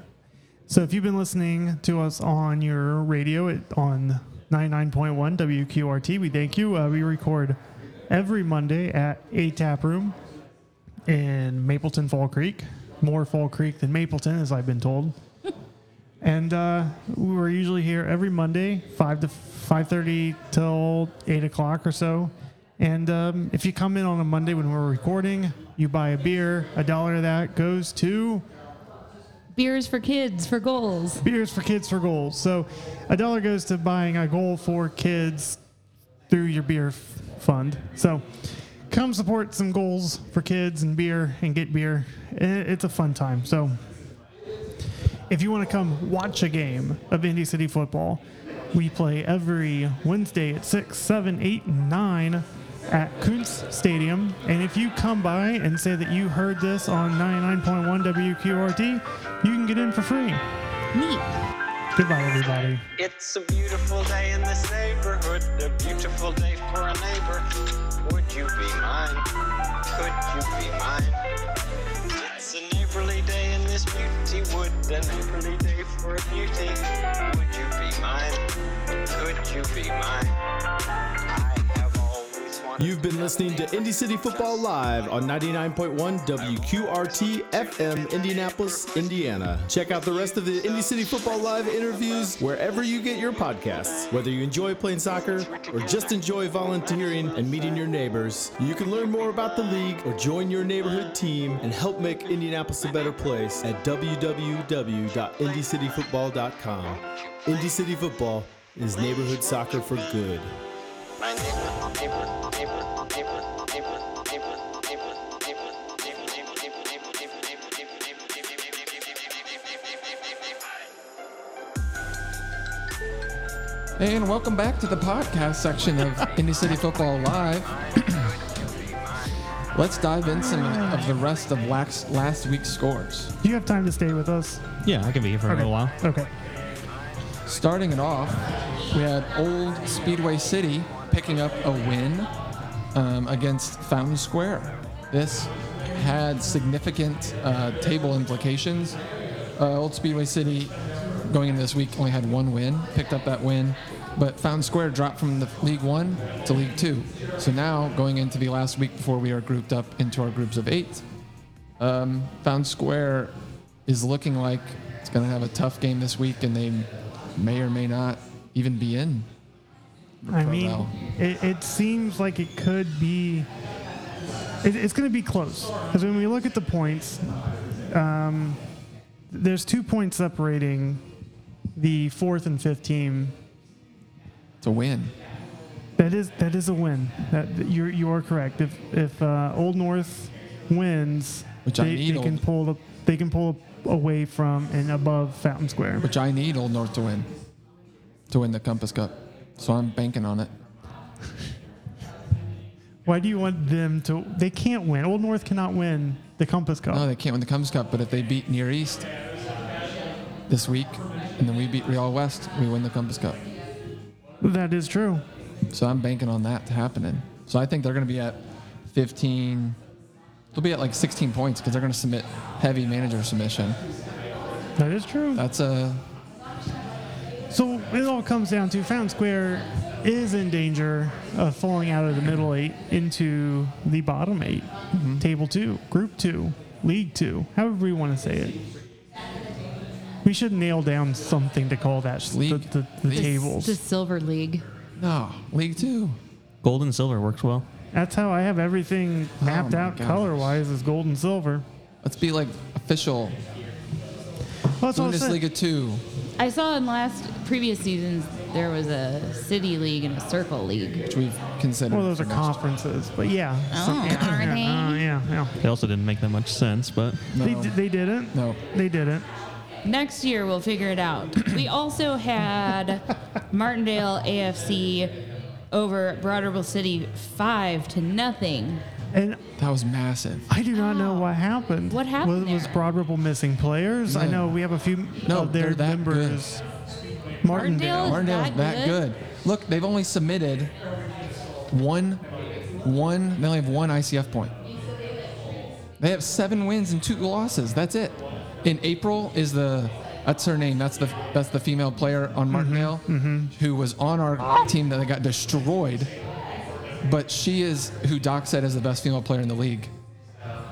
Speaker 4: So if you've been listening to us on your radio it, on 99.1 WQRT, we thank you. Uh, we record every Monday at a tap room in Mapleton Fall Creek, more Fall Creek than Mapleton, as I've been told. And uh, we're usually here every Monday, five to five thirty till eight o'clock or so. And um, if you come in on a Monday when we're recording, you buy a beer. A dollar of that goes to
Speaker 5: Beers for kids, for goals.
Speaker 4: beers for kids for goals. So a dollar goes to buying a goal for kids through your beer f- fund. So come support some goals for kids and beer and get beer. I- It's a fun time. So if you want to come watch a game of Indy City football, we play every Wednesday at 6, 7, 8, and 9 at Kuntz Stadium. And if you come by and say that you heard this on 99.1 WQRT, you can get in for free.
Speaker 5: Neat.
Speaker 4: Goodbye, everybody.
Speaker 2: It's a beautiful day in this neighborhood, a beautiful day for a neighbor. Would you be mine? Could you be mine? It's a neighborly day in this beauty wood, a neighborly day for a beauty. Would you be mine? Could you be mine? I have always wanted
Speaker 3: You've been
Speaker 2: to
Speaker 3: listening to
Speaker 2: be
Speaker 3: Indy City Football Live on 99.1 WQRT FM, Indianapolis, Indiana. Check out the rest of the Indy City Football Live interviews wherever you get your podcasts. Whether you enjoy playing soccer or just enjoy volunteering and meeting your neighbors, you can learn more about the league or join your neighborhood team and help make Indianapolis a better place at www.indycityfootball.com. Indy City Football is neighborhood soccer for good.
Speaker 2: My neighbor, neighbor, neighbor, neighbor, neighbor, neighbor, neighbor, neighbor, neighbor, neighbor, neighbor, neighbor, neighbor, neighbor, neighbor, neighbor,
Speaker 6: And welcome back to the podcast section of Indy City Football Live. Let's dive in some of the rest of last, last week's scores.
Speaker 4: Do you have time to stay with us?
Speaker 8: Yeah, I can be here for a
Speaker 4: Okay.
Speaker 8: little while.
Speaker 4: Okay.
Speaker 6: Starting it off, we had Old Speedway City picking up a win um, against Fountain Square. This had significant uh, table implications. Uh, Old Speedway City, going into this week, only had one win, picked up that win, but Fountain Square dropped from the League One to League Two. So now, going into the last week before we are grouped up into our groups of eight, um, Fountain Square is looking like it's going to have a tough game this week, and they may or may not even be in.
Speaker 4: I
Speaker 6: Pro
Speaker 4: mean,
Speaker 6: Bowl.
Speaker 4: it, it seems like it could be. It, it's going to be close because when we look at the points, um, there's two points separating the fourth and fifth team.
Speaker 6: It's a win.
Speaker 4: That is that is a win. That you're you are correct. If if uh, Old North wins,
Speaker 6: Which I
Speaker 4: they,
Speaker 6: need
Speaker 4: they can
Speaker 6: Old-
Speaker 4: pull the, they can pull away from and above Fountain Square.
Speaker 6: which I need Old North to win, to win the Compass Cup. So I'm banking on it.
Speaker 4: Why do you want them to? They can't win. Old North cannot win the Compass Cup.
Speaker 6: No, they can't win the Compass Cup, but if they beat Near East this week, and then we beat Real West, we win the Compass Cup.
Speaker 4: that is true.
Speaker 6: So I'm banking on that happening. So I think they're going to be at 15. They'll be at like 16 points because they're going to submit heavy manager submission.
Speaker 4: That is true.
Speaker 6: That's a
Speaker 4: So it all comes down to Fountain Square is in danger of falling out of the middle eight into the bottom 8
Speaker 6: Mm-hmm.
Speaker 4: table two, group two, league two, however you want to say it. We should nail down something to call that the,
Speaker 6: League.
Speaker 4: the, the
Speaker 6: League.
Speaker 5: It's the
Speaker 4: tables.
Speaker 5: Silver League.
Speaker 6: no League Two.
Speaker 8: Gold and silver works well.
Speaker 4: That's how I have everything
Speaker 6: Oh
Speaker 4: mapped
Speaker 6: my
Speaker 4: out
Speaker 6: gosh.
Speaker 4: color wise is gold and silver.
Speaker 6: Let's be like official
Speaker 4: Well, that's what I said.
Speaker 6: Bundesliga Two.
Speaker 5: I saw in last previous seasons there was a city league and a circle league.
Speaker 6: which we've considered.
Speaker 4: Well, those
Speaker 6: for
Speaker 4: are
Speaker 6: next-
Speaker 4: conferences, but yeah.
Speaker 5: Oh,
Speaker 4: Some- yeah,
Speaker 5: are
Speaker 4: yeah,
Speaker 5: they?
Speaker 4: uh, yeah, yeah.
Speaker 8: They also didn't make that much sense, but
Speaker 6: No.
Speaker 4: They, d- they didn't.
Speaker 6: No.
Speaker 4: They didn't.
Speaker 5: Next year we'll figure it out. We also had Martindale AFC over at Broad Ripple City five to nothing.
Speaker 4: And
Speaker 6: that was massive.
Speaker 4: I do not know what happened.
Speaker 5: What happened
Speaker 4: Was, was
Speaker 5: there?
Speaker 4: Broad Ripple missing players? I
Speaker 6: Yeah.
Speaker 4: know we have a few
Speaker 6: No,
Speaker 4: of their
Speaker 6: they're that good.
Speaker 4: members. Martindale.
Speaker 5: Martindale? that
Speaker 6: Martindale's that
Speaker 5: good?
Speaker 6: good? Look, they've only submitted one, one. They only have one ICF point. They have seven wins and two losses. That's it. In April is the that's her name. That's the that's the female player
Speaker 4: Mm-hmm.
Speaker 6: on Martindale who was on our team that got destroyed. But she is who Doc said is the best female player in the league.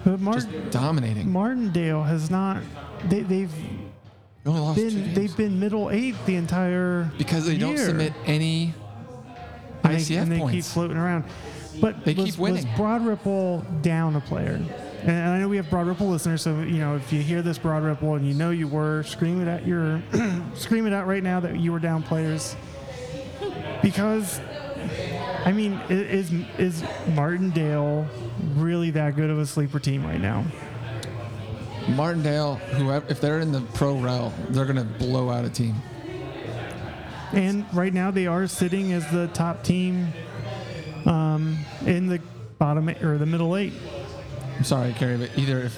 Speaker 4: But Mar-
Speaker 6: Just dominating.
Speaker 4: Martindale has not. They, they've
Speaker 6: They only lost two
Speaker 4: been
Speaker 6: games.
Speaker 4: they've been middle eight the entire
Speaker 6: because they don't
Speaker 4: year.
Speaker 6: submit any
Speaker 4: and
Speaker 6: ICF
Speaker 4: they, and they keep
Speaker 6: points.
Speaker 4: floating around. But
Speaker 6: They
Speaker 4: was,
Speaker 6: keep
Speaker 4: was
Speaker 6: winning.
Speaker 4: Broad Ripple down a player? And I know we have Broad Ripple listeners, so you know if you hear this Broad Ripple and you know you were, scream it at your, scream it out right now that you were down players, because, I mean, i- is is Martindale really that good of a sleeper team right now?
Speaker 6: Martindale, whoever, if they're in the pro rel, they're gonna blow out a team.
Speaker 4: And right now they are sitting as the top team, um, in the bottom eight- or the middle eight.
Speaker 6: I'm sorry, Kerry, but either if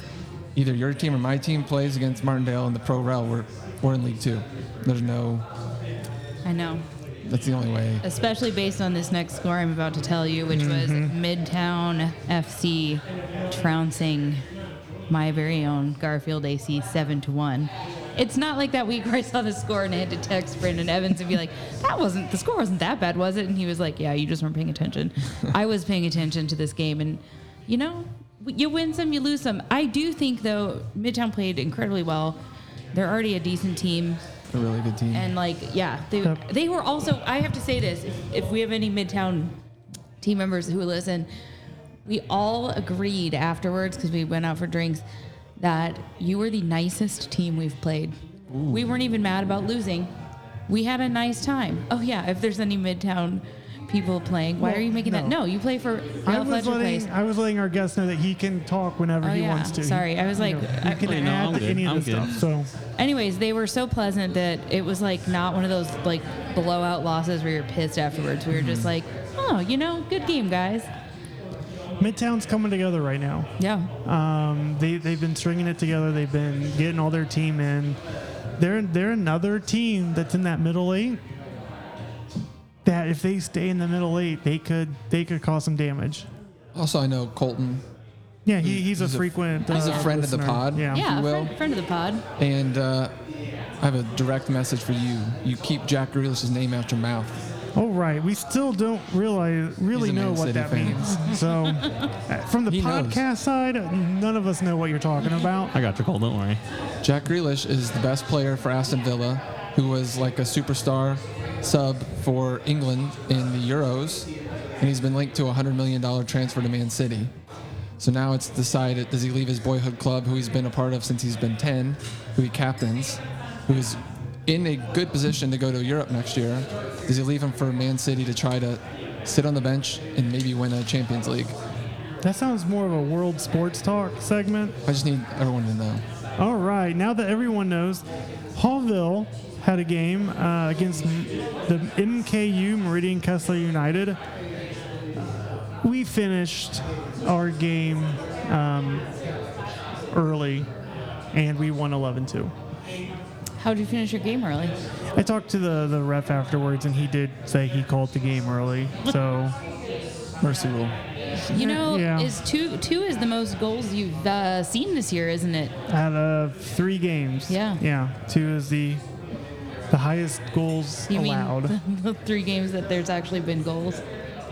Speaker 6: either your team or my team plays against Martindale in the pro rel, we're we're in League Two. There's no.
Speaker 5: I know.
Speaker 6: That's the only way.
Speaker 5: especially based on this next score I'm about to tell you, which was Midtown FC trouncing my very own Garfield AC seven to one. It's not like that week where I saw the score and I had to text Brandon Evans and be like, "That wasn't the score wasn't that bad, was it?" And he was like, "Yeah, you just weren't paying attention." I was paying attention to this game, and you know, you win some, you lose some. I do think though, Midtown played incredibly well. They're already a decent team.
Speaker 6: A really good team.
Speaker 5: And like, yeah, they
Speaker 4: Yep.
Speaker 5: they were also. I have to say this: if, if we have any Midtown team members who listen, we all agreed afterwards because we went out for drinks that you were the nicest team we've played. We weren't even mad about losing. We had a nice time. Oh yeah, if there's any Midtown people playing, why
Speaker 4: Well,
Speaker 5: are you making that?
Speaker 4: no.
Speaker 5: No, you play for
Speaker 4: I
Speaker 5: Real
Speaker 4: was
Speaker 5: Fletcher
Speaker 4: letting
Speaker 5: Place.
Speaker 4: I was letting our guest know that he can talk whenever
Speaker 5: Oh,
Speaker 4: he
Speaker 5: yeah.
Speaker 4: wants to.
Speaker 5: Sorry, I was like, I-
Speaker 4: you can
Speaker 8: Wait, no,
Speaker 4: add
Speaker 8: I'm good.
Speaker 4: any
Speaker 8: I'm
Speaker 4: of the
Speaker 8: good.
Speaker 4: stuff. So
Speaker 5: Anyways, they were so pleasant that it was like not one of those like Mm-hmm. blowout losses where you're pissed afterwards. We were just like, oh, you know, good game, guys.
Speaker 4: Midtown's coming together right now.
Speaker 5: Yeah.
Speaker 4: Um, they they've been stringing it together. They've been getting all their team in. They're they're another team that's in that middle eight. That if they stay in the middle eight, they could they could cause some damage.
Speaker 6: Also, I know Colton.
Speaker 4: Yeah, he, he's,
Speaker 6: Mm. He's
Speaker 4: a
Speaker 6: a-
Speaker 4: frequent.
Speaker 6: he's a
Speaker 4: uh,
Speaker 6: friend of the
Speaker 4: listener.
Speaker 6: pod.
Speaker 4: Yeah.
Speaker 5: Yeah,
Speaker 6: you will.
Speaker 5: friend, friend of the pod.
Speaker 6: And uh, I have a direct message for you. You keep Jack Grealish's name out your mouth.
Speaker 4: All Oh, right. We still don't realize really
Speaker 6: He's a
Speaker 4: know
Speaker 6: Man
Speaker 4: what
Speaker 6: City
Speaker 4: that
Speaker 6: fan.
Speaker 4: means. So, uh, from the
Speaker 6: He knows.
Speaker 4: podcast side, none of us know what you're talking about.
Speaker 8: I got your call. Don't worry.
Speaker 6: Jack Grealish is the best player for Aston Villa, who was like a superstar sub for England in the Euros, and he's been linked to a $100 million transfer to Man City. So now it's decided does he leave his boyhood club, who he's been a part of since he's been 10, who he captains, who is in a good position to go to Europe next year? Does he leave him for Man City to try to sit on the bench and maybe win a Champions League?
Speaker 4: That sounds more of a world sports talk segment.
Speaker 6: I just need everyone to know.
Speaker 4: All right, now that everyone knows, Hallville had a game uh, against m- the MKU Meridian Kessler United. We finished our game um, early and we won 11 2.
Speaker 5: How would you finish your game early?
Speaker 4: I talked to the, the ref afterwards and he did say he called the game early. So,
Speaker 6: Mercy rule.
Speaker 5: You know,
Speaker 4: Yeah.
Speaker 5: is two two is the most goals you've uh, seen this year, isn't it?
Speaker 4: out of three games,
Speaker 5: Yeah.
Speaker 4: yeah, two is the the highest goals
Speaker 5: You
Speaker 4: allowed.
Speaker 5: mean the three games that there's actually been goals?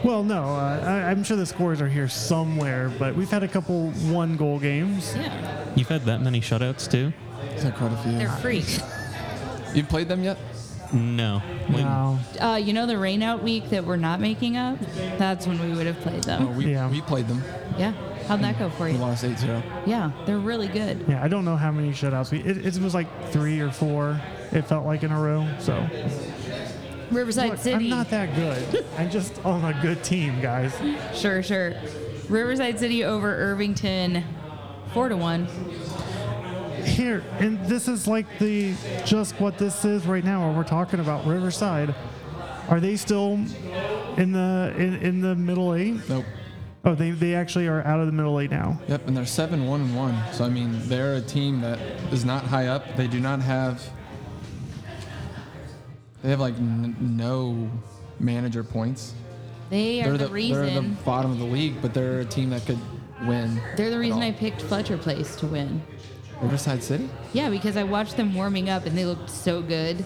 Speaker 4: Well, no, uh, I, I'm sure the scores are here somewhere, but we've had a couple one goal games.
Speaker 5: Yeah,
Speaker 8: You've had that many shutouts too?
Speaker 6: There's not quite a few.
Speaker 5: they're freaks.
Speaker 6: You played them yet?
Speaker 8: No. We-
Speaker 4: Wow.
Speaker 5: Uh, you know the rainout week that we're not making up? That's when we would have played
Speaker 6: Oh,
Speaker 5: them.
Speaker 6: we,
Speaker 4: Yeah.
Speaker 6: we played them.
Speaker 4: Oh.
Speaker 5: Yeah. How'd that go for
Speaker 6: We
Speaker 5: you?
Speaker 6: lost 8 0.
Speaker 5: Yeah, they're really good.
Speaker 4: Yeah, I don't know how many shutouts we. It, it was like three or four. It felt like in a row. So
Speaker 5: Riverside
Speaker 4: Look,
Speaker 5: City.
Speaker 4: I'm not that good. I'm just on a good team, guys.
Speaker 5: Sure, sure. Riverside City over Irvington, four to one.
Speaker 4: Here, and this is like the just what this is right now. Where we're talking about Riverside. Are they still in the in, in the middle eight?
Speaker 6: Nope.
Speaker 4: Oh, they they actually are out of the middle eight now.
Speaker 6: Yep, and they're 7 1 and 1. So, I mean, they're a team that is not high up. They do not have. They have like n- no manager points.
Speaker 5: They are the,
Speaker 6: They're the
Speaker 5: reason.
Speaker 6: bottom of the league, but they're a team that could win.
Speaker 5: They're the
Speaker 6: at
Speaker 5: reason
Speaker 6: all.
Speaker 5: I picked Fletcher Place to win.
Speaker 6: Riverside City?
Speaker 5: Yeah, because I watched them warming up and they looked so good.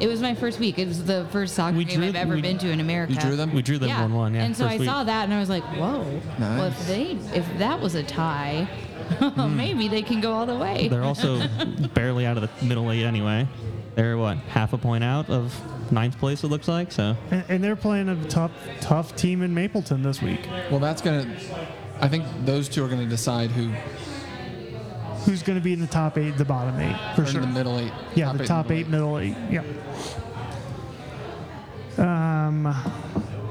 Speaker 5: It was my first week. It was the first soccer
Speaker 8: We
Speaker 5: game
Speaker 8: drew-
Speaker 5: I've ever
Speaker 8: we-
Speaker 5: been to in America.
Speaker 6: You drew them?
Speaker 8: We drew them
Speaker 5: yeah.
Speaker 8: 1 1. Yeah.
Speaker 5: and so
Speaker 8: first
Speaker 5: I
Speaker 8: week.
Speaker 5: saw that and I was like, whoa. Well, if
Speaker 6: Nice.
Speaker 5: they if that was a tie, maybe they can go all the way.
Speaker 8: They're also barely out of the middle eight anyway. They're what, half a point out of ninth place, it looks like. So
Speaker 4: And, and they're playing a tough, tough team in Mapleton this week.
Speaker 6: Well, that's going to. I think those two are going to decide who
Speaker 4: Who's going to be in the top eight, the bottom eight, for
Speaker 6: are
Speaker 4: sure.
Speaker 6: in the middle eight.
Speaker 4: yeah, the top eight,
Speaker 6: middle
Speaker 4: middle eight. Yeah. Um,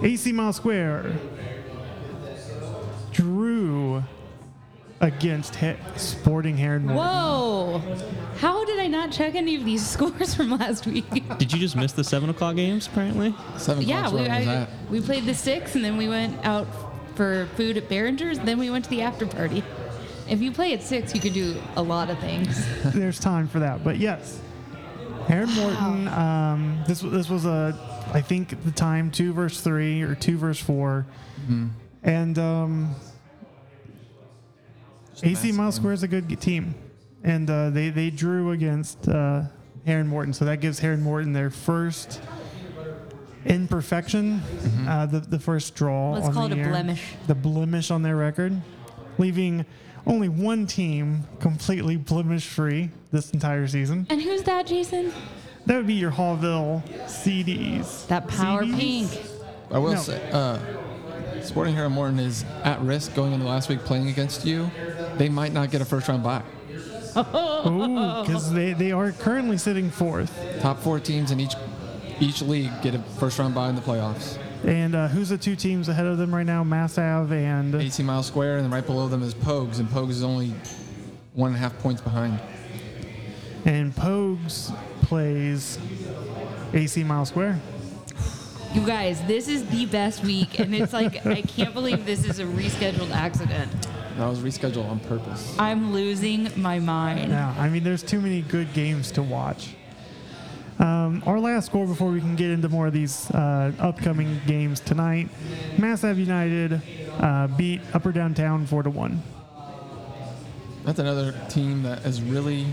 Speaker 4: AC Mile Square drew against he- Sporting Hair and Morton.
Speaker 5: Whoa! How did I not check any of these scores from last week?
Speaker 8: did you just miss the 7 o'clock games, apparently?
Speaker 6: Seven
Speaker 5: yeah,
Speaker 6: o'clock's where
Speaker 5: we,
Speaker 6: I was
Speaker 5: I,
Speaker 6: at.
Speaker 5: we played the six and then we went out for food at Behringer's. Then we went to the after party. If you play at six, you could do a lot of things.
Speaker 4: There's time for that, but yes, Hair and Morton. Um, this this was a, I think the time two verse three or two verse 4
Speaker 6: Mm-hmm.
Speaker 4: and um, AC
Speaker 6: massive
Speaker 4: Mile
Speaker 6: game.
Speaker 4: Square is a good g- team, and uh, they they drew against uh, Heron Morton, so that gives Heron Morton their first imperfection,
Speaker 6: Mm-hmm.
Speaker 4: uh, the the first draw.
Speaker 5: Let's
Speaker 4: on
Speaker 5: call
Speaker 4: the
Speaker 5: it a
Speaker 4: year.
Speaker 5: blemish.
Speaker 4: The blemish on their record, leaving only one team completely blemish free this entire season.
Speaker 5: And who's that, Jason?
Speaker 4: That would be your Hallville CDs.
Speaker 5: That power
Speaker 4: CDs?
Speaker 5: pink.
Speaker 6: I will
Speaker 4: No.
Speaker 6: say, uh, Sporting Harold Morton is at risk going into last week playing against you. They might not get a first round bye.
Speaker 4: because they, they are currently sitting fourth.
Speaker 6: Top four teams in each each league get a first round bye in the playoffs.
Speaker 4: And uh, who's the two teams ahead of them right now? Mass Ave and
Speaker 6: 18 miles square, and then right below them is Pogues, and Pogues is only one and a half points behind.
Speaker 4: and Pogues plays AC Mile Square.
Speaker 5: You guys, this is the best week, and it's like I can't believe this is a rescheduled accident.
Speaker 6: That was rescheduled on purpose.
Speaker 5: I'm losing my mind.
Speaker 4: Yeah, I mean, there's too many good games to watch. Um, our last score before we can get into more of these uh, upcoming games tonight: Mass Ave United uh, beat Upper Downtown four to one.
Speaker 6: That's another team that is really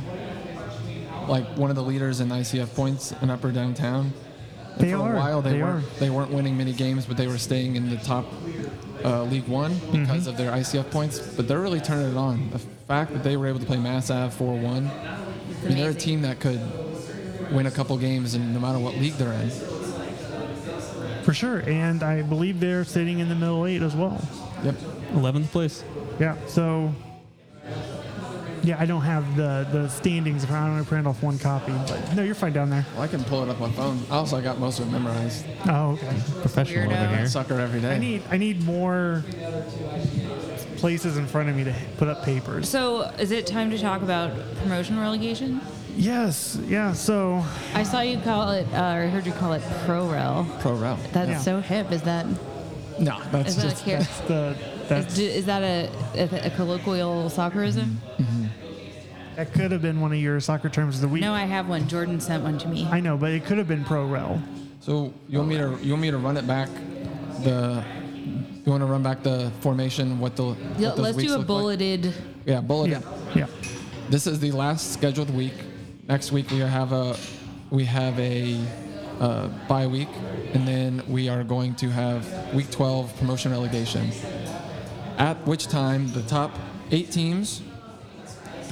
Speaker 6: like one of the leaders in ICF points in Upper Downtown. And
Speaker 4: They
Speaker 6: for
Speaker 4: are,
Speaker 6: a while, they,
Speaker 4: they
Speaker 6: weren't
Speaker 4: are.
Speaker 6: they weren't winning many games, but they were staying in the top uh, League One because of their ICF points. But they're really turning it on. The fact that they were able to play Mass Ave four one. I mean, they're a
Speaker 5: amazing.
Speaker 6: team that could win a couple games, and no matter what league they're in.
Speaker 4: For sure, and I believe they're sitting in the middle eight as well.
Speaker 6: Yep.
Speaker 8: 11th place.
Speaker 4: Yeah. So, yeah, I don't have the the standings. I'm going to print off one copy. But no, you're fine down there.
Speaker 6: Well, I can pull it up on my phone. I also got most of it memorized.
Speaker 4: Oh, okay.
Speaker 8: Professional
Speaker 5: Weirdo.
Speaker 8: over here.
Speaker 6: Sucker every
Speaker 4: I
Speaker 6: day.
Speaker 4: need I need more places in front of me to put up papers.
Speaker 5: So, is it time to talk about promotion relegation?
Speaker 4: Yes, yeah. So
Speaker 5: I saw you call it, uh, or I heard you call it pro rel.
Speaker 6: Pro route.
Speaker 5: That's
Speaker 4: Yeah.
Speaker 5: so hip. Is that
Speaker 6: No, that's
Speaker 5: is that
Speaker 6: just
Speaker 5: a char-
Speaker 4: the that's,
Speaker 5: is, is that a, a, a colloquial soccerism?
Speaker 4: that could have been one of your soccer terms of the week.
Speaker 5: No, I have one. Jordan sent one to me.
Speaker 4: I know, but it could have been pro rel.
Speaker 6: So you want me to you want me to run it back the you want to run back the formation what the
Speaker 5: Yeah,
Speaker 6: what those
Speaker 5: Let's
Speaker 6: weeks
Speaker 5: do a
Speaker 6: look like?
Speaker 5: bulleted.
Speaker 6: Yeah, bullet.
Speaker 4: Yeah, yeah.
Speaker 6: This is the last scheduled week. Next week we have a we have a uh, bye week, and then we are going to have week 12 promotion relegation. At which time the top eight teams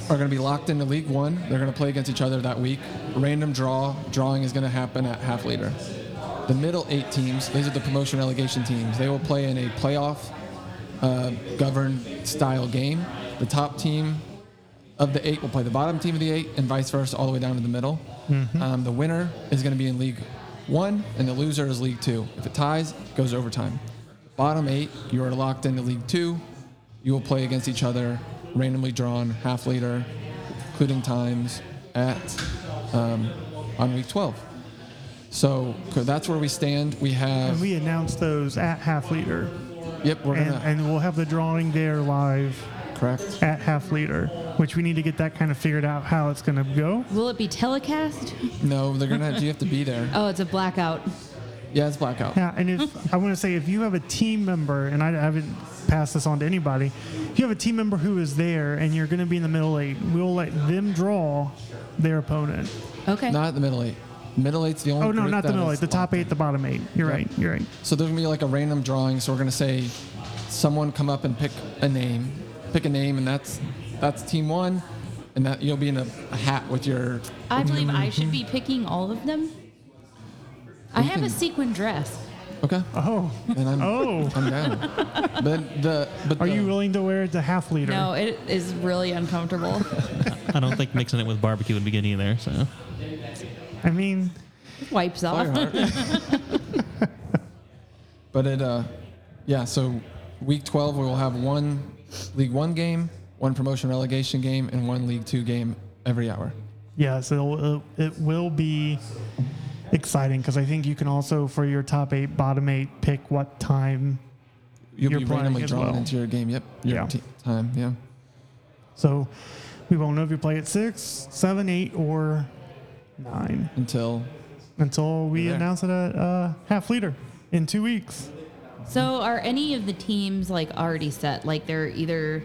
Speaker 6: are going to be locked into League One. They're going to play against each other that week. Random draw drawing is going to happen at half leader. The middle eight teams, these are the promotion relegation teams. They will play in a playoff uh, governed style game. The top team of the eight will play the bottom team of the eight, and vice versa, all the way down to the middle.
Speaker 4: Mm-hmm.
Speaker 6: Um, the winner is going to be in League One, and the loser is League Two. If it ties, it goes overtime. Bottom eight, you are locked into League Two. You will play against each other, randomly drawn, half leader, including times at um, on week 12. So 'cause that's where we stand. We
Speaker 4: And
Speaker 6: have
Speaker 4: we announced those at half leader,
Speaker 6: yep, we're
Speaker 4: and,
Speaker 5: Uh-huh.
Speaker 6: gonna
Speaker 4: and we'll have the drawing there live
Speaker 6: correct.
Speaker 4: at half leader, which we need to get that kind of figured out how it's going to go.
Speaker 5: Will it be telecast?
Speaker 6: No, they're gonna have, you have to be there.
Speaker 5: Oh, it's a blackout.
Speaker 6: Yeah, it's blackout.
Speaker 4: Yeah, and if I want to say, if you have a team member, and I haven't passed this on to anybody, if you have a team member who is there and you're going to be in the middle eight, we'll let them draw their opponent.
Speaker 5: Okay.
Speaker 6: Not the middle eight. Middle eight's the only.
Speaker 4: Oh no,
Speaker 6: group
Speaker 4: not the
Speaker 6: that
Speaker 4: middle
Speaker 6: is
Speaker 4: eight, the top
Speaker 6: locked in.
Speaker 4: eight, the bottom eight. You're
Speaker 6: Yep.
Speaker 4: right. You're right.
Speaker 6: So there's gonna be like a random drawing. So we're gonna say, someone come up and pick a name, pick a name, and that's that's team one, and that you'll be in a, a hat with your.
Speaker 5: I believe I should be picking all of them. I have a
Speaker 6: can-
Speaker 5: sequin dress.
Speaker 6: Okay.
Speaker 4: Oh,
Speaker 6: And I'm,
Speaker 4: Oh.
Speaker 6: I'm down. But the but
Speaker 4: are
Speaker 6: the,
Speaker 4: you willing to wear the half leader?
Speaker 5: No, it is really uncomfortable.
Speaker 8: I don't think mixing it with barbecue would be good either. So
Speaker 4: I mean,
Speaker 5: Wipes off.
Speaker 6: Fireheart. but it, uh, yeah. So week 12, we will have one League One game, one promotion relegation game, and one League Two game every hour.
Speaker 4: yeah, so it'll, it will be exciting because I think you can also for your top eight, bottom eight, pick what time.
Speaker 6: You'll
Speaker 4: You're
Speaker 6: be
Speaker 4: playing
Speaker 6: randomly
Speaker 4: as
Speaker 6: drawn
Speaker 4: well.
Speaker 6: into your game. Yep. Your
Speaker 4: Yeah.
Speaker 6: te- time. Yeah.
Speaker 4: So we won't know if you play at six, seven, eight, or nine.
Speaker 6: Until
Speaker 4: until we
Speaker 6: You're there.
Speaker 4: announce it at uh, half leader in two weeks.
Speaker 5: So are any of the teams like already set? Like they're either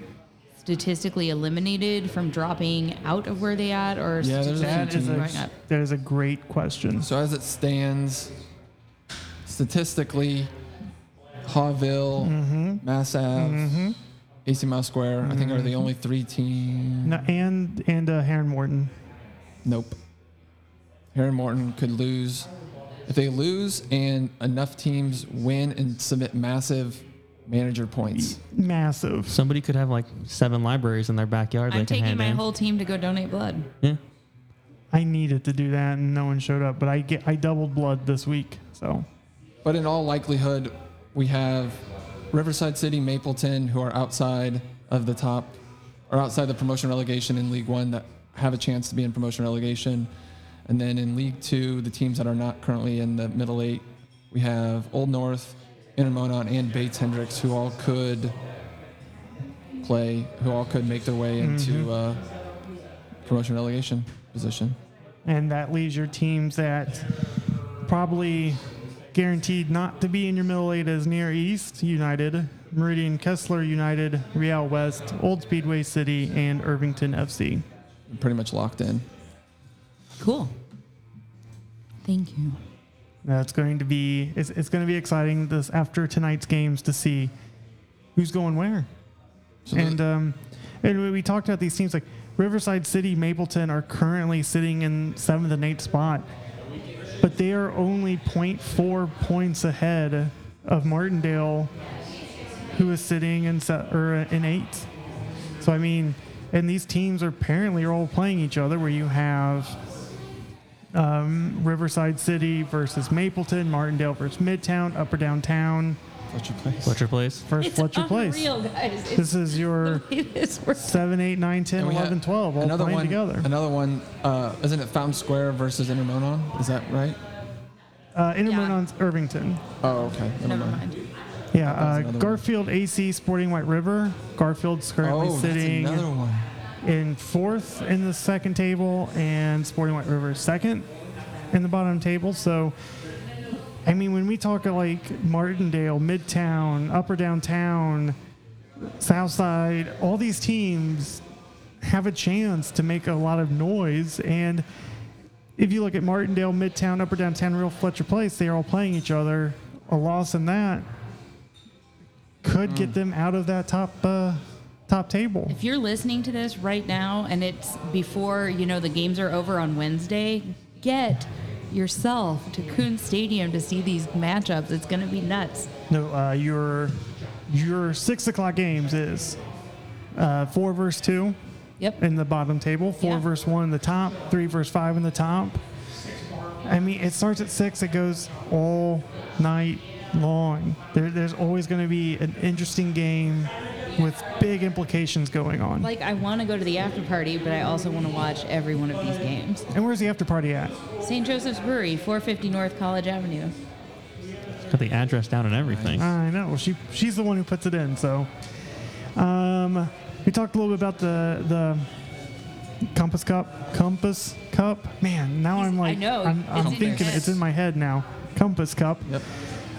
Speaker 5: statistically eliminated from dropping out of where they at or
Speaker 6: Yeah, there's a few
Speaker 5: statistically
Speaker 4: That is
Speaker 5: going
Speaker 4: a
Speaker 5: up?
Speaker 4: that is a great question.
Speaker 6: so as it stands, statistically, Hawville,
Speaker 4: Mm-hmm.
Speaker 6: Mass Ave, AC Mouse Square, I think are
Speaker 4: Mm-hmm.
Speaker 6: the only three teams.
Speaker 4: No, and and uh, Heron Morton.
Speaker 6: Nope. Heron Morton could lose. If they lose and enough teams win and submit massive manager points,
Speaker 4: Massive.
Speaker 8: somebody could have like seven libraries in their backyard. they
Speaker 5: I'm
Speaker 8: can
Speaker 5: taking
Speaker 8: hand
Speaker 5: my
Speaker 8: in.
Speaker 5: whole team to go donate blood.
Speaker 8: Yeah.
Speaker 4: I needed to do that, and no one showed up. But I get I doubled blood this week, so
Speaker 6: but in all likelihood, we have Riverside City, Mapleton, who are outside of the top or outside the promotion relegation in League One that have a chance to be in promotion relegation. And then in League Two, the teams that are not currently in the middle eight, We have Old North, Intermonon, and Bates Hendricks, who all could play, who all could make their way into uh, promotion relegation position.
Speaker 4: and that leaves your teams that probably guaranteed not to be in your middle eight as Near East United, Meridian Kessler United, Real West, Old Speedway City, and Irvington FC.
Speaker 6: Pretty much locked in.
Speaker 5: Cool. Thank you.
Speaker 4: That's going to be it's, it's going to be exciting this after tonight's games to see who's going where.
Speaker 6: So
Speaker 4: And um, and we- we talked about these teams like Riverside City, Mapleton are currently sitting in seventh and eighth spot, but they are only 0.4 points ahead of Martindale, who is sitting in se- or in eighth. So I mean, and these teams are apparently are all playing each other. Where you have um, Riverside City versus Mapleton, Martindale versus Midtown, Upper Downtown
Speaker 6: Fletcher Place.
Speaker 8: Fletcher Place.
Speaker 4: versus Fletcher Place.
Speaker 5: unreal, guys. It's
Speaker 4: This is your
Speaker 5: the way this works.
Speaker 4: 7, 8, 9, 10,
Speaker 6: And we have
Speaker 4: 11, 12, all
Speaker 6: another
Speaker 4: playing
Speaker 6: one,
Speaker 4: together.
Speaker 6: Another one, uh, isn't it Fountain Square versus Intermonon? Is that right?
Speaker 4: Uh, Intermonon's Irvington.
Speaker 6: Oh, okay. Never,
Speaker 5: Never
Speaker 6: mind.
Speaker 5: mind.
Speaker 4: Yeah, uh,
Speaker 6: another one.
Speaker 4: Garfield AC Sporting White River. Garfield's currently
Speaker 6: Oh, that's
Speaker 4: sitting
Speaker 6: another one.
Speaker 4: in fourth in the second table, and Sporting White River is second in the bottom table. So, I mean, when we talk of like Martindale, Midtown, Upper Downtown, Southside, all these teams have a chance to make a lot of noise. And if you look at Martindale, Midtown, Upper Downtown, Real Fletcher Place, they are all playing each other. A loss in that could get them out of that top uh, top table.
Speaker 5: If you're listening to this right now and it's before, you know, the games are over on Wednesday, get yourself to Coon Stadium to see these matchups. It's going to be nuts.
Speaker 4: No, uh, your your six o'clock games is uh, four versus two
Speaker 5: Yep.
Speaker 4: in the bottom table, four
Speaker 5: Yeah.
Speaker 4: versus one in the top, three versus five in the top. I mean, it starts at six. It goes all night long. There, there's always going to be an interesting game with big implications going on.
Speaker 5: like I want to go to the after party, but I also want to watch every one of these games.
Speaker 4: and where's the after party at?
Speaker 5: St. Joseph's Brewery, 450 North College Avenue.
Speaker 8: Got the address down and everything.
Speaker 4: I know. Well, she she's the one who puts it in. So, um, we talked a little bit about the the Compass Cup. Compass Cup. Man, now
Speaker 5: He's-
Speaker 4: I'm like
Speaker 5: I know.
Speaker 4: I'm,
Speaker 5: It's
Speaker 4: I'm
Speaker 5: in your
Speaker 4: thinking
Speaker 5: head.
Speaker 4: it's in my head now. Compass Cup.
Speaker 6: Yep.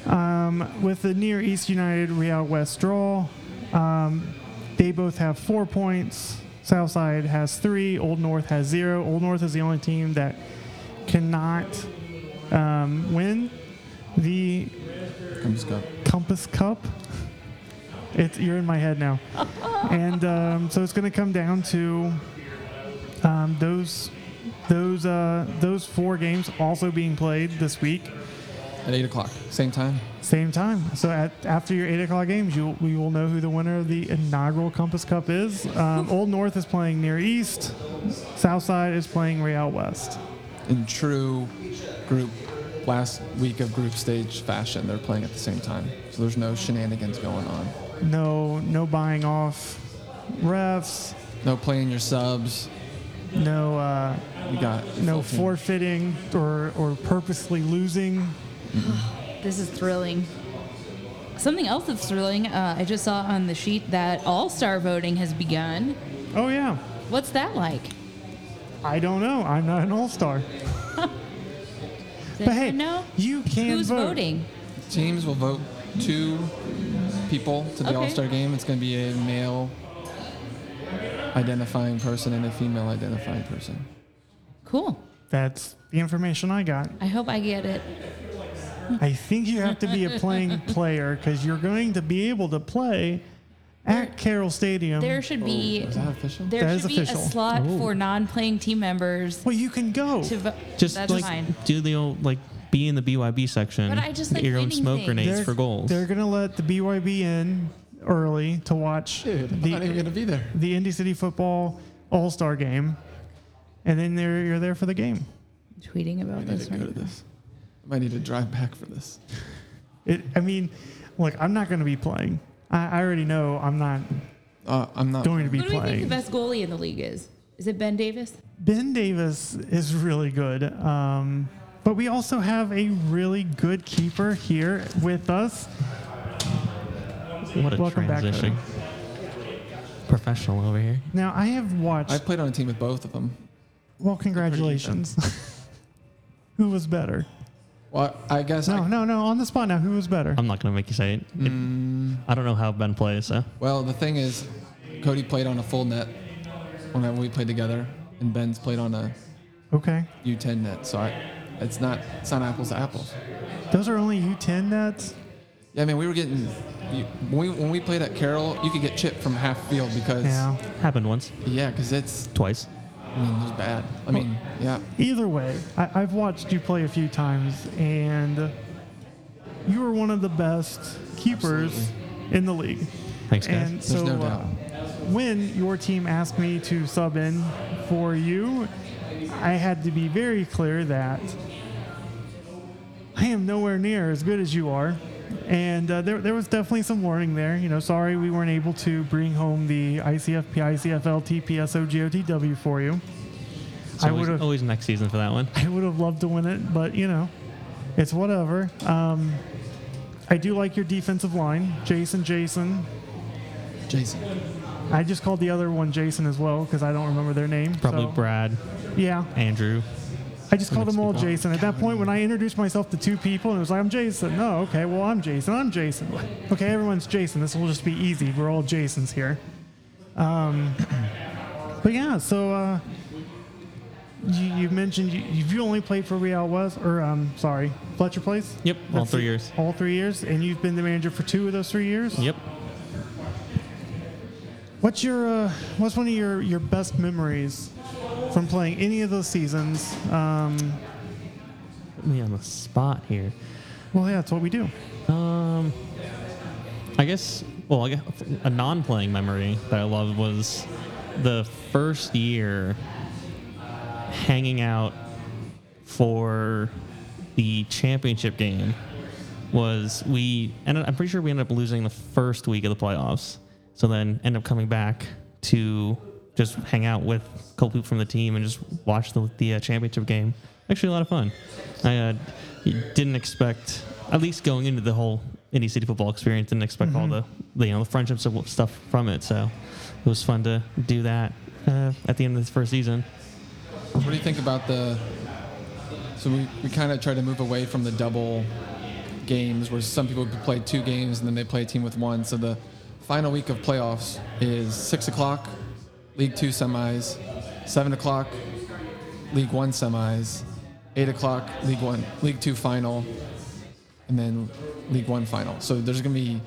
Speaker 4: Um, with the Near East United Real West draw, um, they both have four points. Southside has three. Old North has zero. Old North is the only team that cannot um, win the
Speaker 6: Comes Cup.
Speaker 4: Compass Cup. It's you're in my head now, and um, so it's going to come down to um, those those uh, those four games also being played this week,
Speaker 6: At 8 o'clock. Same time.
Speaker 4: same time. So at, after your eight o'clock games, you we will know who the winner of the inaugural Compass Cup is. Um, Old North is playing Near East, Southside is playing Real West.
Speaker 6: In true group, last week of group stage fashion, they're playing at the same time. So there's no shenanigans going on.
Speaker 4: No no buying off refs.
Speaker 6: No playing your subs.
Speaker 4: No. Uh,
Speaker 6: You got
Speaker 4: no
Speaker 6: full team.
Speaker 4: forfeiting or, or purposely losing.
Speaker 5: This is thrilling. Something else that's thrilling, uh, I just saw on the sheet that all star voting has begun.
Speaker 4: Oh, yeah.
Speaker 5: What's that like?
Speaker 4: I don't know. I'm not an all star.
Speaker 5: Does
Speaker 4: But hey,
Speaker 5: anyone know?
Speaker 4: you can
Speaker 5: Who's
Speaker 4: vote.
Speaker 5: voting?
Speaker 6: Teams will vote two people to the
Speaker 5: Okay.
Speaker 6: All Star game. It's going to be a male identifying person and a female identifying person.
Speaker 5: Cool.
Speaker 4: That's the information I got.
Speaker 5: I hope I get it.
Speaker 4: I think you have to be a playing player because you're going to be able to play at Carroll Stadium.
Speaker 5: There should be
Speaker 6: Is that official?
Speaker 5: there
Speaker 4: Oh, That is
Speaker 5: should be
Speaker 4: official.
Speaker 5: a slot for non-playing team members
Speaker 4: well, you can go.
Speaker 5: to vote.
Speaker 8: Just
Speaker 5: That's
Speaker 8: like
Speaker 5: fine.
Speaker 8: do the old like be in the BYB section.
Speaker 5: But I just
Speaker 8: get
Speaker 5: like
Speaker 8: your own
Speaker 5: winning
Speaker 8: smoke
Speaker 5: things.
Speaker 8: grenades
Speaker 4: They're-
Speaker 8: for goals.
Speaker 4: They're going to let the BYB in early to watch
Speaker 6: Dude, I'm not even
Speaker 4: the,
Speaker 6: going to be there.
Speaker 4: the Indy City Football All Star game. And then they're, you're there for the game.
Speaker 5: Tweeting about
Speaker 6: I need
Speaker 5: this.
Speaker 6: to go to
Speaker 5: Right now.
Speaker 6: this. I might need to drive back for this.
Speaker 4: It, I mean, look, I'm not going to be playing. I, I already know I'm not
Speaker 6: Uh, I'm not.
Speaker 4: going to be
Speaker 5: Who do we think the
Speaker 4: playing.
Speaker 5: best goalie in the league is? Is it Ben Davis?
Speaker 4: Ben Davis is really good. Um, But we also have a really good keeper here with us.
Speaker 8: What a
Speaker 4: Welcome back,
Speaker 8: transition. Professional over here.
Speaker 4: Now, I have watched.
Speaker 6: I played on a team with both of them.
Speaker 4: well, congratulations. who was better?
Speaker 6: Well, I guess.
Speaker 4: No,
Speaker 6: I,
Speaker 4: no, no. On the spot now. Who was better?
Speaker 8: I'm not gonna make you say it. It-
Speaker 4: Mm.
Speaker 8: I don't know how Ben plays, so
Speaker 6: Well, the thing is, Cody played on a full net whenever we played together, and Ben's played on a
Speaker 4: Okay.
Speaker 6: U10 net. So I, it's not it's not apples to apples.
Speaker 4: Those are only U10 nets.
Speaker 6: Yeah, I mean, we were getting you- when we, when we played at Carroll, you could get chipped from half field because
Speaker 4: Yeah.
Speaker 8: happened once,
Speaker 6: yeah, because it's
Speaker 8: twice.
Speaker 6: I mean, it was bad. I mean, yeah,
Speaker 4: Either way, I, I've watched you play a few times, and you are one of the best keepers in the league.
Speaker 8: Thanks, guys.
Speaker 4: And so,
Speaker 6: no
Speaker 4: uh,
Speaker 6: doubt.
Speaker 4: when your team asked me to sub in for you, I had to be very clear that I am nowhere near as good as you are. And uh, there, there was definitely some warning there. You know, sorry we weren't able to bring home the ICFP, ICFL, TPSO, GOTW for you.
Speaker 8: It's
Speaker 4: I
Speaker 8: always,
Speaker 4: would've-
Speaker 8: always next season for that one.
Speaker 4: I would have loved to win it, but you know, it's whatever. Um, I do like your defensive line, Jason. Jason.
Speaker 6: Jason.
Speaker 4: I just called the other one Jason as well because I don't remember their name.
Speaker 8: Probably
Speaker 4: so-
Speaker 8: Brad,
Speaker 4: Yeah,
Speaker 8: Andrew.
Speaker 4: I just called
Speaker 8: Mixed
Speaker 4: them all
Speaker 8: people.
Speaker 4: Jason. At that point, when I introduced myself to two people, and it was like, I'm Jason. No, okay, well, I'm Jason. I'm Jason. Okay, everyone's Jason. This will just be easy. We're all Jasons here. Um, but yeah, so uh, you, you mentioned you, you've only played for Real West, or um, sorry, Fletcher Place?
Speaker 8: Yep, all
Speaker 4: That's
Speaker 8: three
Speaker 4: it.
Speaker 8: years.
Speaker 4: All three years, and you've been the manager for two of those three years?
Speaker 8: Yep.
Speaker 4: What's your uh, what's one of your, your best memories from playing any of those seasons? Um,
Speaker 8: Put me on the spot here.
Speaker 4: well, yeah, that's what we do.
Speaker 8: Um, I guess. Well, I guess a non-playing memory that I love was the first year hanging out for the championship game. Was we and I'm pretty sure we ended up losing the first week of the playoffs. So then end up coming back to just hang out with a couple people from the team and just watch the, the uh, championship game. Actually, a lot of fun. I uh, didn't expect, at least going into the whole Indy City football experience, didn't expect all the, the you know the friendships and stuff from it. So it was fun to do that uh, at the end of the first season.
Speaker 6: What do you think about the? So we, we kind of tried to move away from the double games, where some people would play two games and then they play a team with one. So the final week of playoffs is six o'clock, League Two semis, seven o'clock, League One semis, eight o'clock, League One, League Two final, and then League One final. So there's gonna be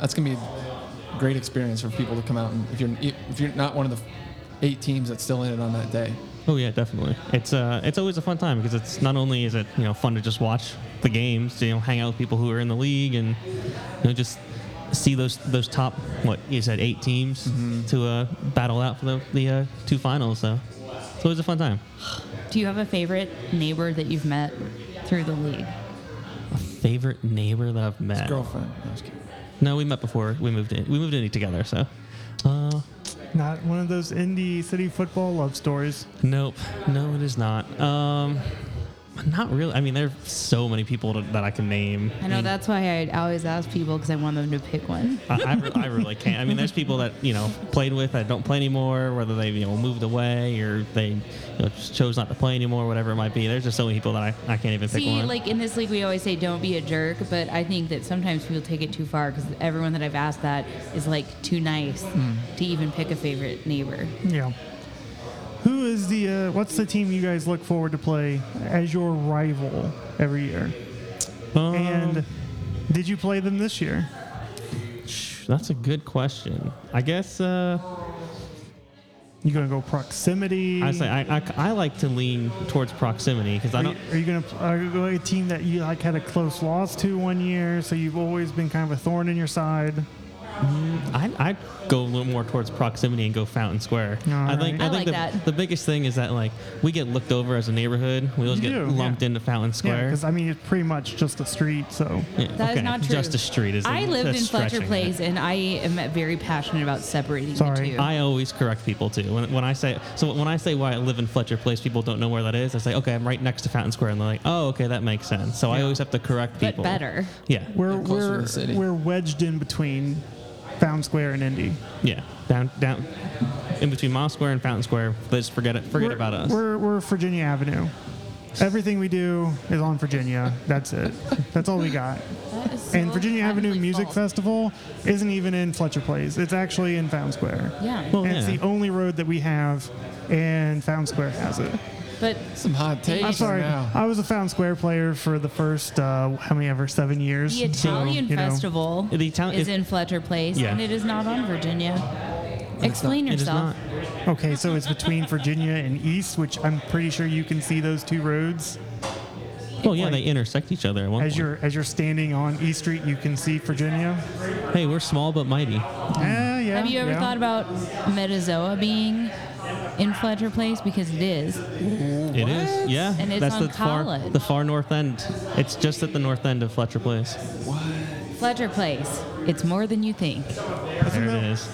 Speaker 6: that's gonna be a great experience for people to come out and if you're if you're not one of the eight teams that's still in it on that day.
Speaker 8: Oh yeah, definitely. It's uh, it's always a fun time because it's not only is it you know fun to just watch the games, you know, hang out with people who are in the league, and you know just see those those top what you said eight teams to uh, battle out for the the uh, two finals. So it's always a fun time.
Speaker 5: Do you have a favorite neighbor that you've met through the league?
Speaker 8: Favorite neighbor that I've met?
Speaker 6: girlfriend. No, I was kidding.
Speaker 8: No, we met before we moved in. We moved in together, so. Uh,
Speaker 4: Not one of those indie city football love stories.
Speaker 8: Nope. No, it is not. Um, not really. I mean, there are so many people to, that I can name. Mm.
Speaker 5: I know
Speaker 8: mean,
Speaker 5: that's why I always ask people because I want them to pick one.
Speaker 8: I, I, re- I really can't. I mean, there's people that you know played with that don't play anymore, whether they you know moved away or they you know, just chose not to play anymore, whatever it might be. There's just so many people that I, I can't even pick
Speaker 5: See,
Speaker 8: one.
Speaker 5: like in this league, we always say don't be a jerk, but I think that sometimes people take it too far because everyone that I've asked that is like too nice
Speaker 8: Hmm.
Speaker 5: to even pick a favorite neighbor.
Speaker 4: Yeah. Who is the uh, what's the team you guys look forward to play as your rival every year?
Speaker 8: Um,
Speaker 4: And did you play them this year?
Speaker 8: that's a good question. I guess uh,
Speaker 4: You gonna go proximity?
Speaker 8: I say I, I, I like to lean towards proximity because I
Speaker 4: Are you,
Speaker 8: don't.
Speaker 4: are you gonna pl- are you gonna a team that you like had a close loss to one year, so you've always been kind of a thorn in your side?
Speaker 8: I I go a little more towards proximity and go Fountain Square.
Speaker 4: All
Speaker 8: I think
Speaker 5: right. I
Speaker 8: think
Speaker 5: like
Speaker 8: the,
Speaker 5: that.
Speaker 8: the biggest thing is that like we get looked over as a neighborhood. We always
Speaker 4: You
Speaker 8: get
Speaker 4: do,
Speaker 8: lumped
Speaker 4: yeah.
Speaker 8: into Fountain
Speaker 4: Yeah,
Speaker 8: Square.
Speaker 4: because I mean it's pretty much just a street. So
Speaker 8: Yeah,
Speaker 5: That is
Speaker 8: okay.
Speaker 5: not true.
Speaker 8: Just a street is.
Speaker 5: I
Speaker 8: a-
Speaker 5: lived
Speaker 8: that's
Speaker 5: in Fletcher
Speaker 8: stretching it.
Speaker 5: Place, and I am very passionate about separating
Speaker 4: Sorry.
Speaker 5: the two.
Speaker 8: I always correct people too. When, when I say so, when I say why I live in Fletcher Place, people don't know where that is. I say, okay, I'm right next to Fountain Square, and they're like, oh, okay, that makes sense. So I always have to correct
Speaker 5: but
Speaker 8: people.
Speaker 5: better.
Speaker 8: Yeah.
Speaker 4: we're
Speaker 6: They're closer to
Speaker 4: we're
Speaker 6: the city.
Speaker 4: we're wedged in between Found Square and Indy.
Speaker 8: Yeah. Down down in between Mile Square and Fountain Square. Let's forget it. Forget
Speaker 4: we're,
Speaker 8: about us.
Speaker 4: We're we're Virginia Avenue. Everything we do is on Virginia. That's it. That's all we got. And Virginia Avenue Music Festival isn't even in Fletcher Place. It's actually in Found Square.
Speaker 5: Yeah,
Speaker 8: Well,
Speaker 4: And it's
Speaker 8: Oh, yeah.
Speaker 4: the only road that we have, and Found Square has it.
Speaker 5: but
Speaker 6: Some hot takes.
Speaker 4: I'm sorry.
Speaker 6: Now.
Speaker 4: I was a Found Square player for the first uh, how many ever seven years.
Speaker 5: the Italian
Speaker 4: so, you know,
Speaker 5: festival
Speaker 8: The Italian-
Speaker 5: is
Speaker 8: it-
Speaker 5: in Fletcher Place,
Speaker 8: Yeah.
Speaker 5: and it is not on Virginia. Explain
Speaker 8: it is
Speaker 5: yourself.
Speaker 8: not.
Speaker 4: Okay, so it's between Virginia and East, which I'm pretty sure you can see those two roads.
Speaker 8: Well, Oh, yeah, they intersect each other. At one
Speaker 4: As
Speaker 8: point.
Speaker 4: you're as you're standing on East Street, you can see Virginia.
Speaker 8: Hey, we're small but mighty.
Speaker 4: Yeah, yeah.
Speaker 5: Have you ever
Speaker 4: yeah.
Speaker 5: thought about Metazoa being in Fletcher Place because it is?
Speaker 8: It is. Yeah.
Speaker 5: And it's
Speaker 8: That's
Speaker 5: on
Speaker 8: the far
Speaker 5: College.
Speaker 8: the far north end. It's just at the north end of Fletcher Place.
Speaker 5: Fletcher Place. It's more than you think.
Speaker 8: There it is.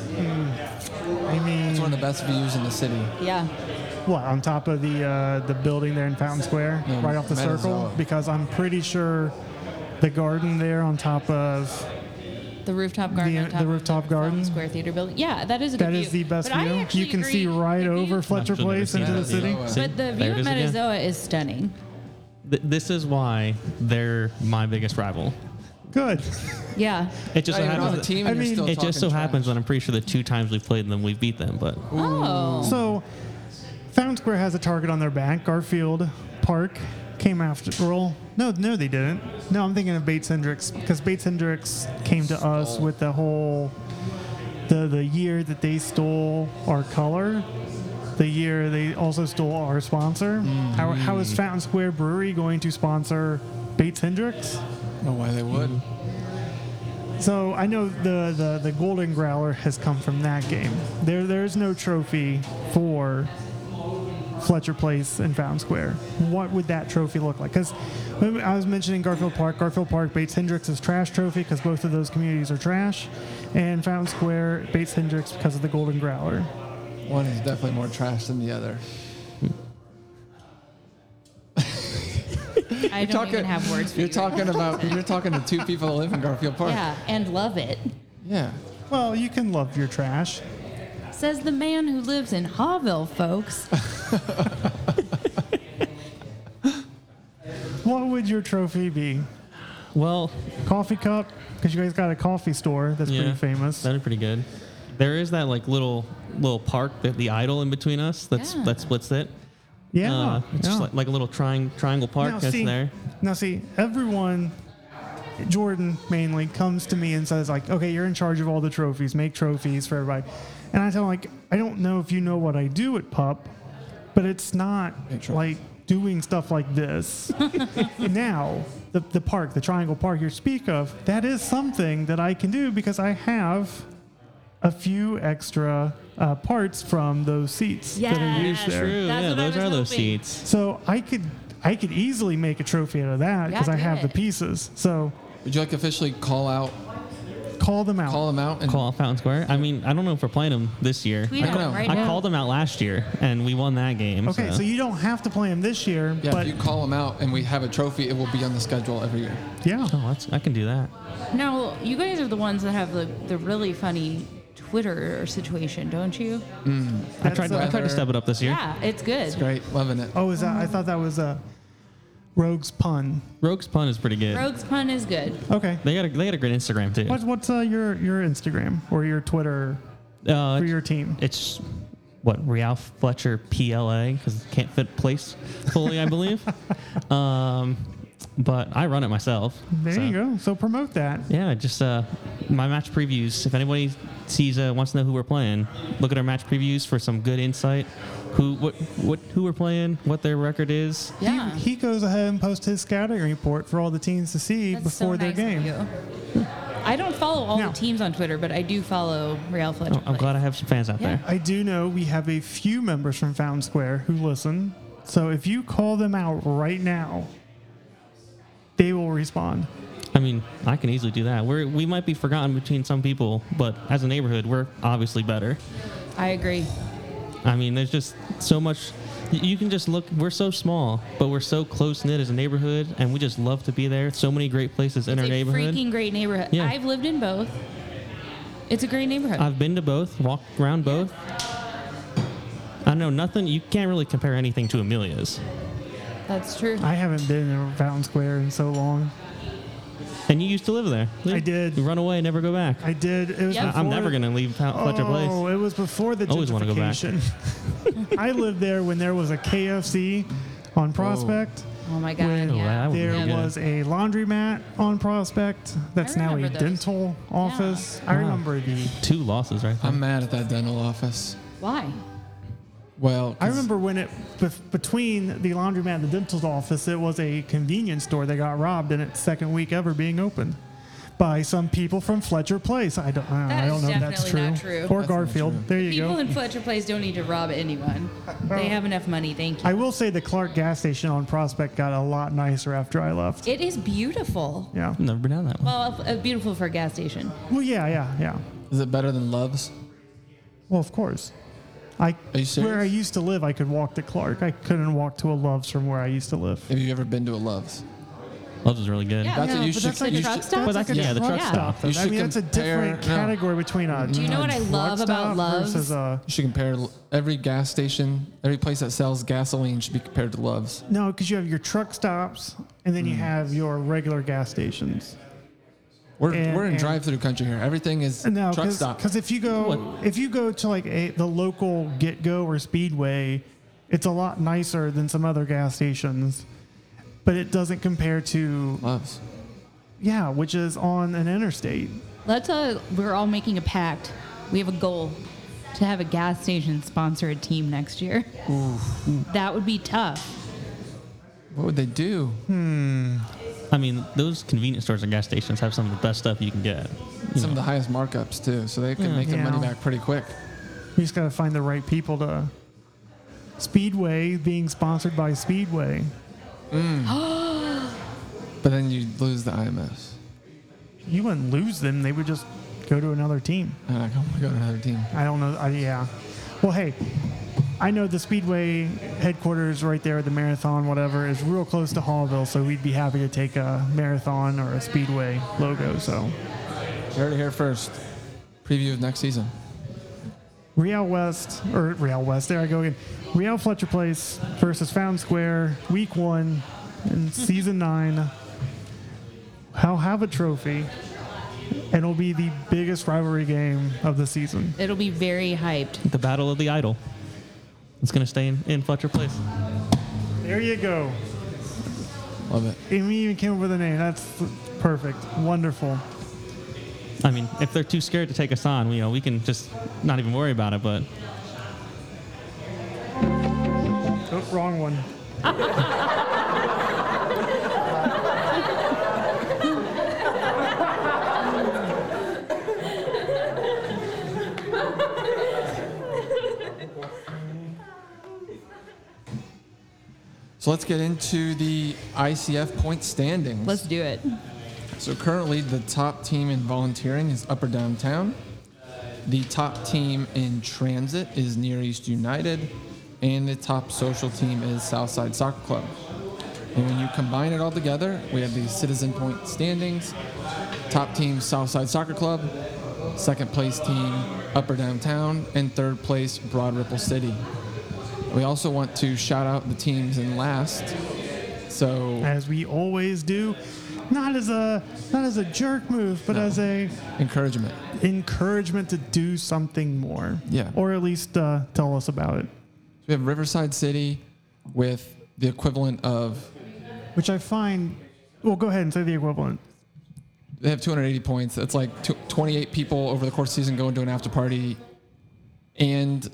Speaker 4: I mean,
Speaker 6: It's one of the best views in the city.
Speaker 5: Yeah.
Speaker 4: what on top of the uh, the building there in Fountain Square,
Speaker 6: Yeah,
Speaker 4: right off the circle?
Speaker 6: Metazoa.
Speaker 4: Because I'm pretty sure the garden there on top of
Speaker 5: The rooftop garden.
Speaker 4: The-
Speaker 5: on top
Speaker 4: the
Speaker 5: of
Speaker 4: rooftop
Speaker 5: Fountain
Speaker 4: garden.
Speaker 5: Square Theater building. Yeah, that is a good
Speaker 4: that
Speaker 5: view.
Speaker 4: is the best
Speaker 5: But I
Speaker 4: view.
Speaker 5: actually
Speaker 4: You can see
Speaker 5: agree-
Speaker 4: right
Speaker 5: if you-
Speaker 4: over Fletcher
Speaker 8: I've never
Speaker 4: Place
Speaker 8: seen
Speaker 4: into
Speaker 8: that
Speaker 4: the city.
Speaker 6: before.
Speaker 8: See?
Speaker 5: But the view
Speaker 8: There it
Speaker 5: of
Speaker 8: is again.
Speaker 5: Metazoa is stunning.
Speaker 8: Th- this is why they're my biggest rival.
Speaker 4: Good.
Speaker 5: Yeah.
Speaker 8: It just
Speaker 6: Now
Speaker 8: so
Speaker 6: Oh, you're on the
Speaker 8: happens.
Speaker 6: team
Speaker 4: I
Speaker 6: and
Speaker 4: mean-
Speaker 6: you're still
Speaker 8: it just so
Speaker 6: talking
Speaker 8: happens
Speaker 6: trash.
Speaker 8: that I'm pretty sure the two times we've played them, we've beat them. But
Speaker 5: Oh.
Speaker 4: So, Fountain Square has a target on their back. Garfield Park came after. Well, no, no, they didn't. No, I'm thinking of Bates Hendricks because Bates Hendricks came to us with the whole the the year that they stole our color. The year they also stole our sponsor. How, how is Fountain Square Brewery going to sponsor Bates Hendricks?
Speaker 6: I don't know why they would.
Speaker 4: So I know the, the, the Golden Growler has come from that game. There there is no trophy for Fletcher Place and Fountain Square. What would that trophy look like? Because I was mentioning Garfield Park. Garfield Park Bates Hendricks is trash trophy because both of those communities are trash, and Fountain Square Bates Hendricks because of the Golden Growler.
Speaker 6: One is definitely more trash than the other.
Speaker 5: I don't even have words for
Speaker 6: You're
Speaker 5: you.
Speaker 6: talking about you're talking to two people that live in Garfield Park.
Speaker 5: Yeah, and love it.
Speaker 6: Yeah.
Speaker 4: Well, you can love your trash.
Speaker 5: Says the man who lives in Havel, folks.
Speaker 4: What would your trophy be?
Speaker 8: well,
Speaker 4: Coffee cup? Because you guys got a coffee store that's
Speaker 8: yeah,
Speaker 4: pretty famous.
Speaker 8: That'd be pretty good. There is that like little little park that the idol in between us. That's
Speaker 5: Yeah.
Speaker 8: that splits it.
Speaker 4: yeah,
Speaker 8: Uh, it's
Speaker 4: yeah.
Speaker 8: just like, like a little triang- triangle park
Speaker 4: Now,
Speaker 8: that's
Speaker 4: see,
Speaker 8: there.
Speaker 4: Now, see, everyone, Jordan mainly, comes to me and says, like, okay, you're in charge of all the trophies, make trophies for everybody. And I tell him, like, I don't know if you know what I do at PUP, but it's not
Speaker 6: Make trophies.
Speaker 4: like doing stuff like this. now, the, the park, the Triangle Park you speak of, that is something that I can do because I have a few extra uh, parts from those seats that are used
Speaker 5: Yes.
Speaker 4: there.
Speaker 8: True.
Speaker 5: That's
Speaker 8: yeah,
Speaker 5: what I
Speaker 8: those are
Speaker 5: was
Speaker 8: those
Speaker 5: hoping.
Speaker 8: seats.
Speaker 4: So I could I could easily make a trophy out of that
Speaker 5: Yeah,
Speaker 4: because I
Speaker 5: do
Speaker 4: have the
Speaker 5: it.
Speaker 4: pieces. So
Speaker 6: Would you like officially call out
Speaker 4: call them out.
Speaker 6: call them out and
Speaker 8: Call out Fountain Square. I mean, I don't know if we're playing them this year.
Speaker 5: Tweet
Speaker 6: I
Speaker 5: at him
Speaker 6: know.
Speaker 5: right
Speaker 8: I
Speaker 5: now.
Speaker 8: called them out last year and we won that game.
Speaker 4: okay, so. you don't have to play them this year,
Speaker 6: yeah,
Speaker 4: but
Speaker 6: if you call them out and we have a trophy, it will be on the schedule every year.
Speaker 4: yeah,
Speaker 8: Oh, that's, I can do that.
Speaker 5: Now, you guys are the ones that have the, the really funny Twitter situation, don't you?
Speaker 8: I tried, I tried to
Speaker 6: Weather.
Speaker 8: step it up this year.
Speaker 5: Yeah, it's good.
Speaker 6: Great, loving it.
Speaker 4: Oh, is that? I thought that was a rogue's pun.
Speaker 8: Rogue's Pun is pretty good.
Speaker 5: Rogue's pun is good.
Speaker 4: Okay.
Speaker 8: They got a, they got a great Instagram too.
Speaker 4: What, what's uh, your your Instagram or your Twitter
Speaker 8: Uh,
Speaker 4: for your team?
Speaker 8: it's what Ralph Fletcher PLA because can't fit place fully, I believe. um, but I run it myself.
Speaker 4: There
Speaker 8: so.
Speaker 4: you go. So promote that.
Speaker 8: Yeah, just uh, my match previews. If anybody sees uh, wants to know who we're playing, look at our match previews for some good insight. Who what what who we're playing, what their record is.
Speaker 5: Yeah.
Speaker 4: He goes ahead and posts his scouting report for all the teams to see
Speaker 5: That's so
Speaker 4: before their
Speaker 5: nice of
Speaker 4: game.
Speaker 5: you. I don't follow all
Speaker 4: No.
Speaker 5: the teams on Twitter, but I do follow Real Fletcher.
Speaker 8: Oh, I'm glad I have some fans out
Speaker 5: Yeah.
Speaker 8: there.
Speaker 4: I do know we have a few members from Found Square who listen. So if you call them out right now, they will respond.
Speaker 8: I mean, I can easily do that. We're, we might be forgotten between some people, but as a neighborhood, we're obviously better.
Speaker 5: I agree.
Speaker 8: I mean, there's just so much. y- You can just look. We're so small, but we're so close knit as a neighborhood, and we just love to be there. So many great places in
Speaker 5: It's
Speaker 8: our
Speaker 5: a
Speaker 8: neighborhood.
Speaker 5: freaking great neighborhood.
Speaker 8: Yeah.
Speaker 5: I've lived in both. It's a great neighborhood.
Speaker 8: I've been to both, walked around both. I know nothing. You can't really compare anything to Amelia's,
Speaker 5: That's true.
Speaker 4: I haven't been in Found Square in so long.
Speaker 8: and you used to live there.
Speaker 4: I did.
Speaker 8: You run away, never go back.
Speaker 4: I did. It was
Speaker 5: Yep.
Speaker 4: before,
Speaker 8: I'm never gonna leave Fletcher
Speaker 4: Oh,
Speaker 8: Place.
Speaker 4: it was before the
Speaker 8: Always wanna go back.
Speaker 4: gentrification. I lived there when there was a KFC on Prospect.
Speaker 5: oh my god.
Speaker 4: When
Speaker 5: yeah.
Speaker 8: Wow. would be
Speaker 4: There
Speaker 8: good.
Speaker 4: was a laundromat on Prospect that's now a
Speaker 5: remember those.
Speaker 4: dental office. I remember the.
Speaker 8: Two losses right there.
Speaker 6: I'm mad at that dental office.
Speaker 5: Why?
Speaker 6: Well,
Speaker 4: I
Speaker 6: 'cause
Speaker 4: remember when it bef- between the laundromat and the dental office, it was a convenience store that got robbed in its second week ever being opened by some people from Fletcher Place. I don't, I don't,
Speaker 5: That
Speaker 4: I
Speaker 5: is
Speaker 4: don't know if that's true.
Speaker 5: definitely not true.
Speaker 4: Or Garfield. There you
Speaker 5: People
Speaker 4: go.
Speaker 5: in Fletcher Place don't need to rob anyone. They have enough money. Thank you.
Speaker 4: I will say the Clark gas station on Prospect got a lot nicer after I left.
Speaker 5: It is beautiful.
Speaker 4: Yeah.
Speaker 8: I've never been out that one.
Speaker 5: Well, uh, beautiful for a gas station.
Speaker 4: Well, yeah, yeah, yeah.
Speaker 6: is it better than Love's?
Speaker 4: Well, of course. I
Speaker 6: Are you serious?
Speaker 4: where I used to live, I could walk to Clark. I couldn't walk to a Love's from where I used to live.
Speaker 6: Have you ever been to a Love's?
Speaker 8: Loves is really good.
Speaker 5: Yeah,
Speaker 6: That's what
Speaker 5: no,
Speaker 6: you
Speaker 5: but
Speaker 6: should-
Speaker 5: that's like
Speaker 6: you
Speaker 5: a truck
Speaker 6: should-
Speaker 5: stop.
Speaker 8: But that's- yeah, the truck
Speaker 5: Yeah.
Speaker 8: stop.
Speaker 4: I
Speaker 6: You should
Speaker 4: mean, that's a different
Speaker 6: compare- no.
Speaker 4: category between a. Do
Speaker 5: you know what I love about Love's?
Speaker 4: Versus a,
Speaker 6: You should compare l- every gas station, every place that sells gasoline should be compared to Love's.
Speaker 4: no, because you have your truck stops and
Speaker 6: Mm.
Speaker 4: then you have your regular gas stations.
Speaker 6: We're,
Speaker 4: And-
Speaker 6: we're in
Speaker 4: and-
Speaker 6: drive-through country here. Everything is
Speaker 4: No,
Speaker 6: truck stop.
Speaker 4: because if you go
Speaker 8: What?
Speaker 4: if you go to like a, the local Get Go or Speedway, it's a lot nicer than some other gas stations, but it doesn't compare to
Speaker 6: Love's.
Speaker 4: yeah, which is on an interstate.
Speaker 5: Let's uh, we're all making a pact. We have a goal to have a gas station sponsor a team next year. That would be tough.
Speaker 6: What would they do?
Speaker 8: I mean, those convenience stores and gas stations have some of the best stuff you can get.
Speaker 6: Some of the highest markups too, so they could make their money
Speaker 4: Mm, Yeah.
Speaker 6: back pretty quick.
Speaker 4: You just gotta find the right people to. Speedway being sponsored by Speedway.
Speaker 6: But then you lose the IMS.
Speaker 4: You wouldn't lose them; they would just go to another team.
Speaker 6: And like, oh my god, another team.
Speaker 4: I don't know. I, yeah. Well, hey, I know the Speedway headquarters right there, the marathon, whatever, is real close to Hallville, so we'd be happy to take a marathon or a Speedway logo. So
Speaker 6: You heard it here first. Preview of next season.
Speaker 4: Real West or Real West, there I go again. Real Fletcher Place versus Found Square, Week One, in Season Nine. I'll have a trophy, and it'll be the biggest rivalry game of the season.
Speaker 5: It'll be very hyped.
Speaker 8: The Battle of the Idol. It's going to stay in, in Fletcher Place.
Speaker 4: There you go.
Speaker 6: Love it.
Speaker 4: Amy even came up with a name. That's perfect. Wonderful.
Speaker 8: I mean, if they're too scared to take us on, you know, we can just not even worry about it. But
Speaker 4: Oh, wrong one.
Speaker 6: So let's get into the ICF point standings.
Speaker 5: Let's do it.
Speaker 6: So currently, the top team in volunteering is Upper Downtown. The top team in transit is Near East United, and the top social team is Southside Soccer Club. And when you combine it all together, we have the citizen point standings. Top team Southside Soccer Club, second place team Upper Downtown, and third place Broad Ripple City. We also want to shout out the teams in last. So
Speaker 4: As we always do, not as a not as a jerk move, but as a
Speaker 6: encouragement.
Speaker 4: encouragement to do something more.
Speaker 6: Yeah.
Speaker 4: Or at least uh, tell us about it.
Speaker 6: We have Riverside City with the equivalent of
Speaker 4: Which I find. Well, go ahead and say the equivalent.
Speaker 6: they have 280 points. That's like tw- 28 people over the course of the season going to an after party, and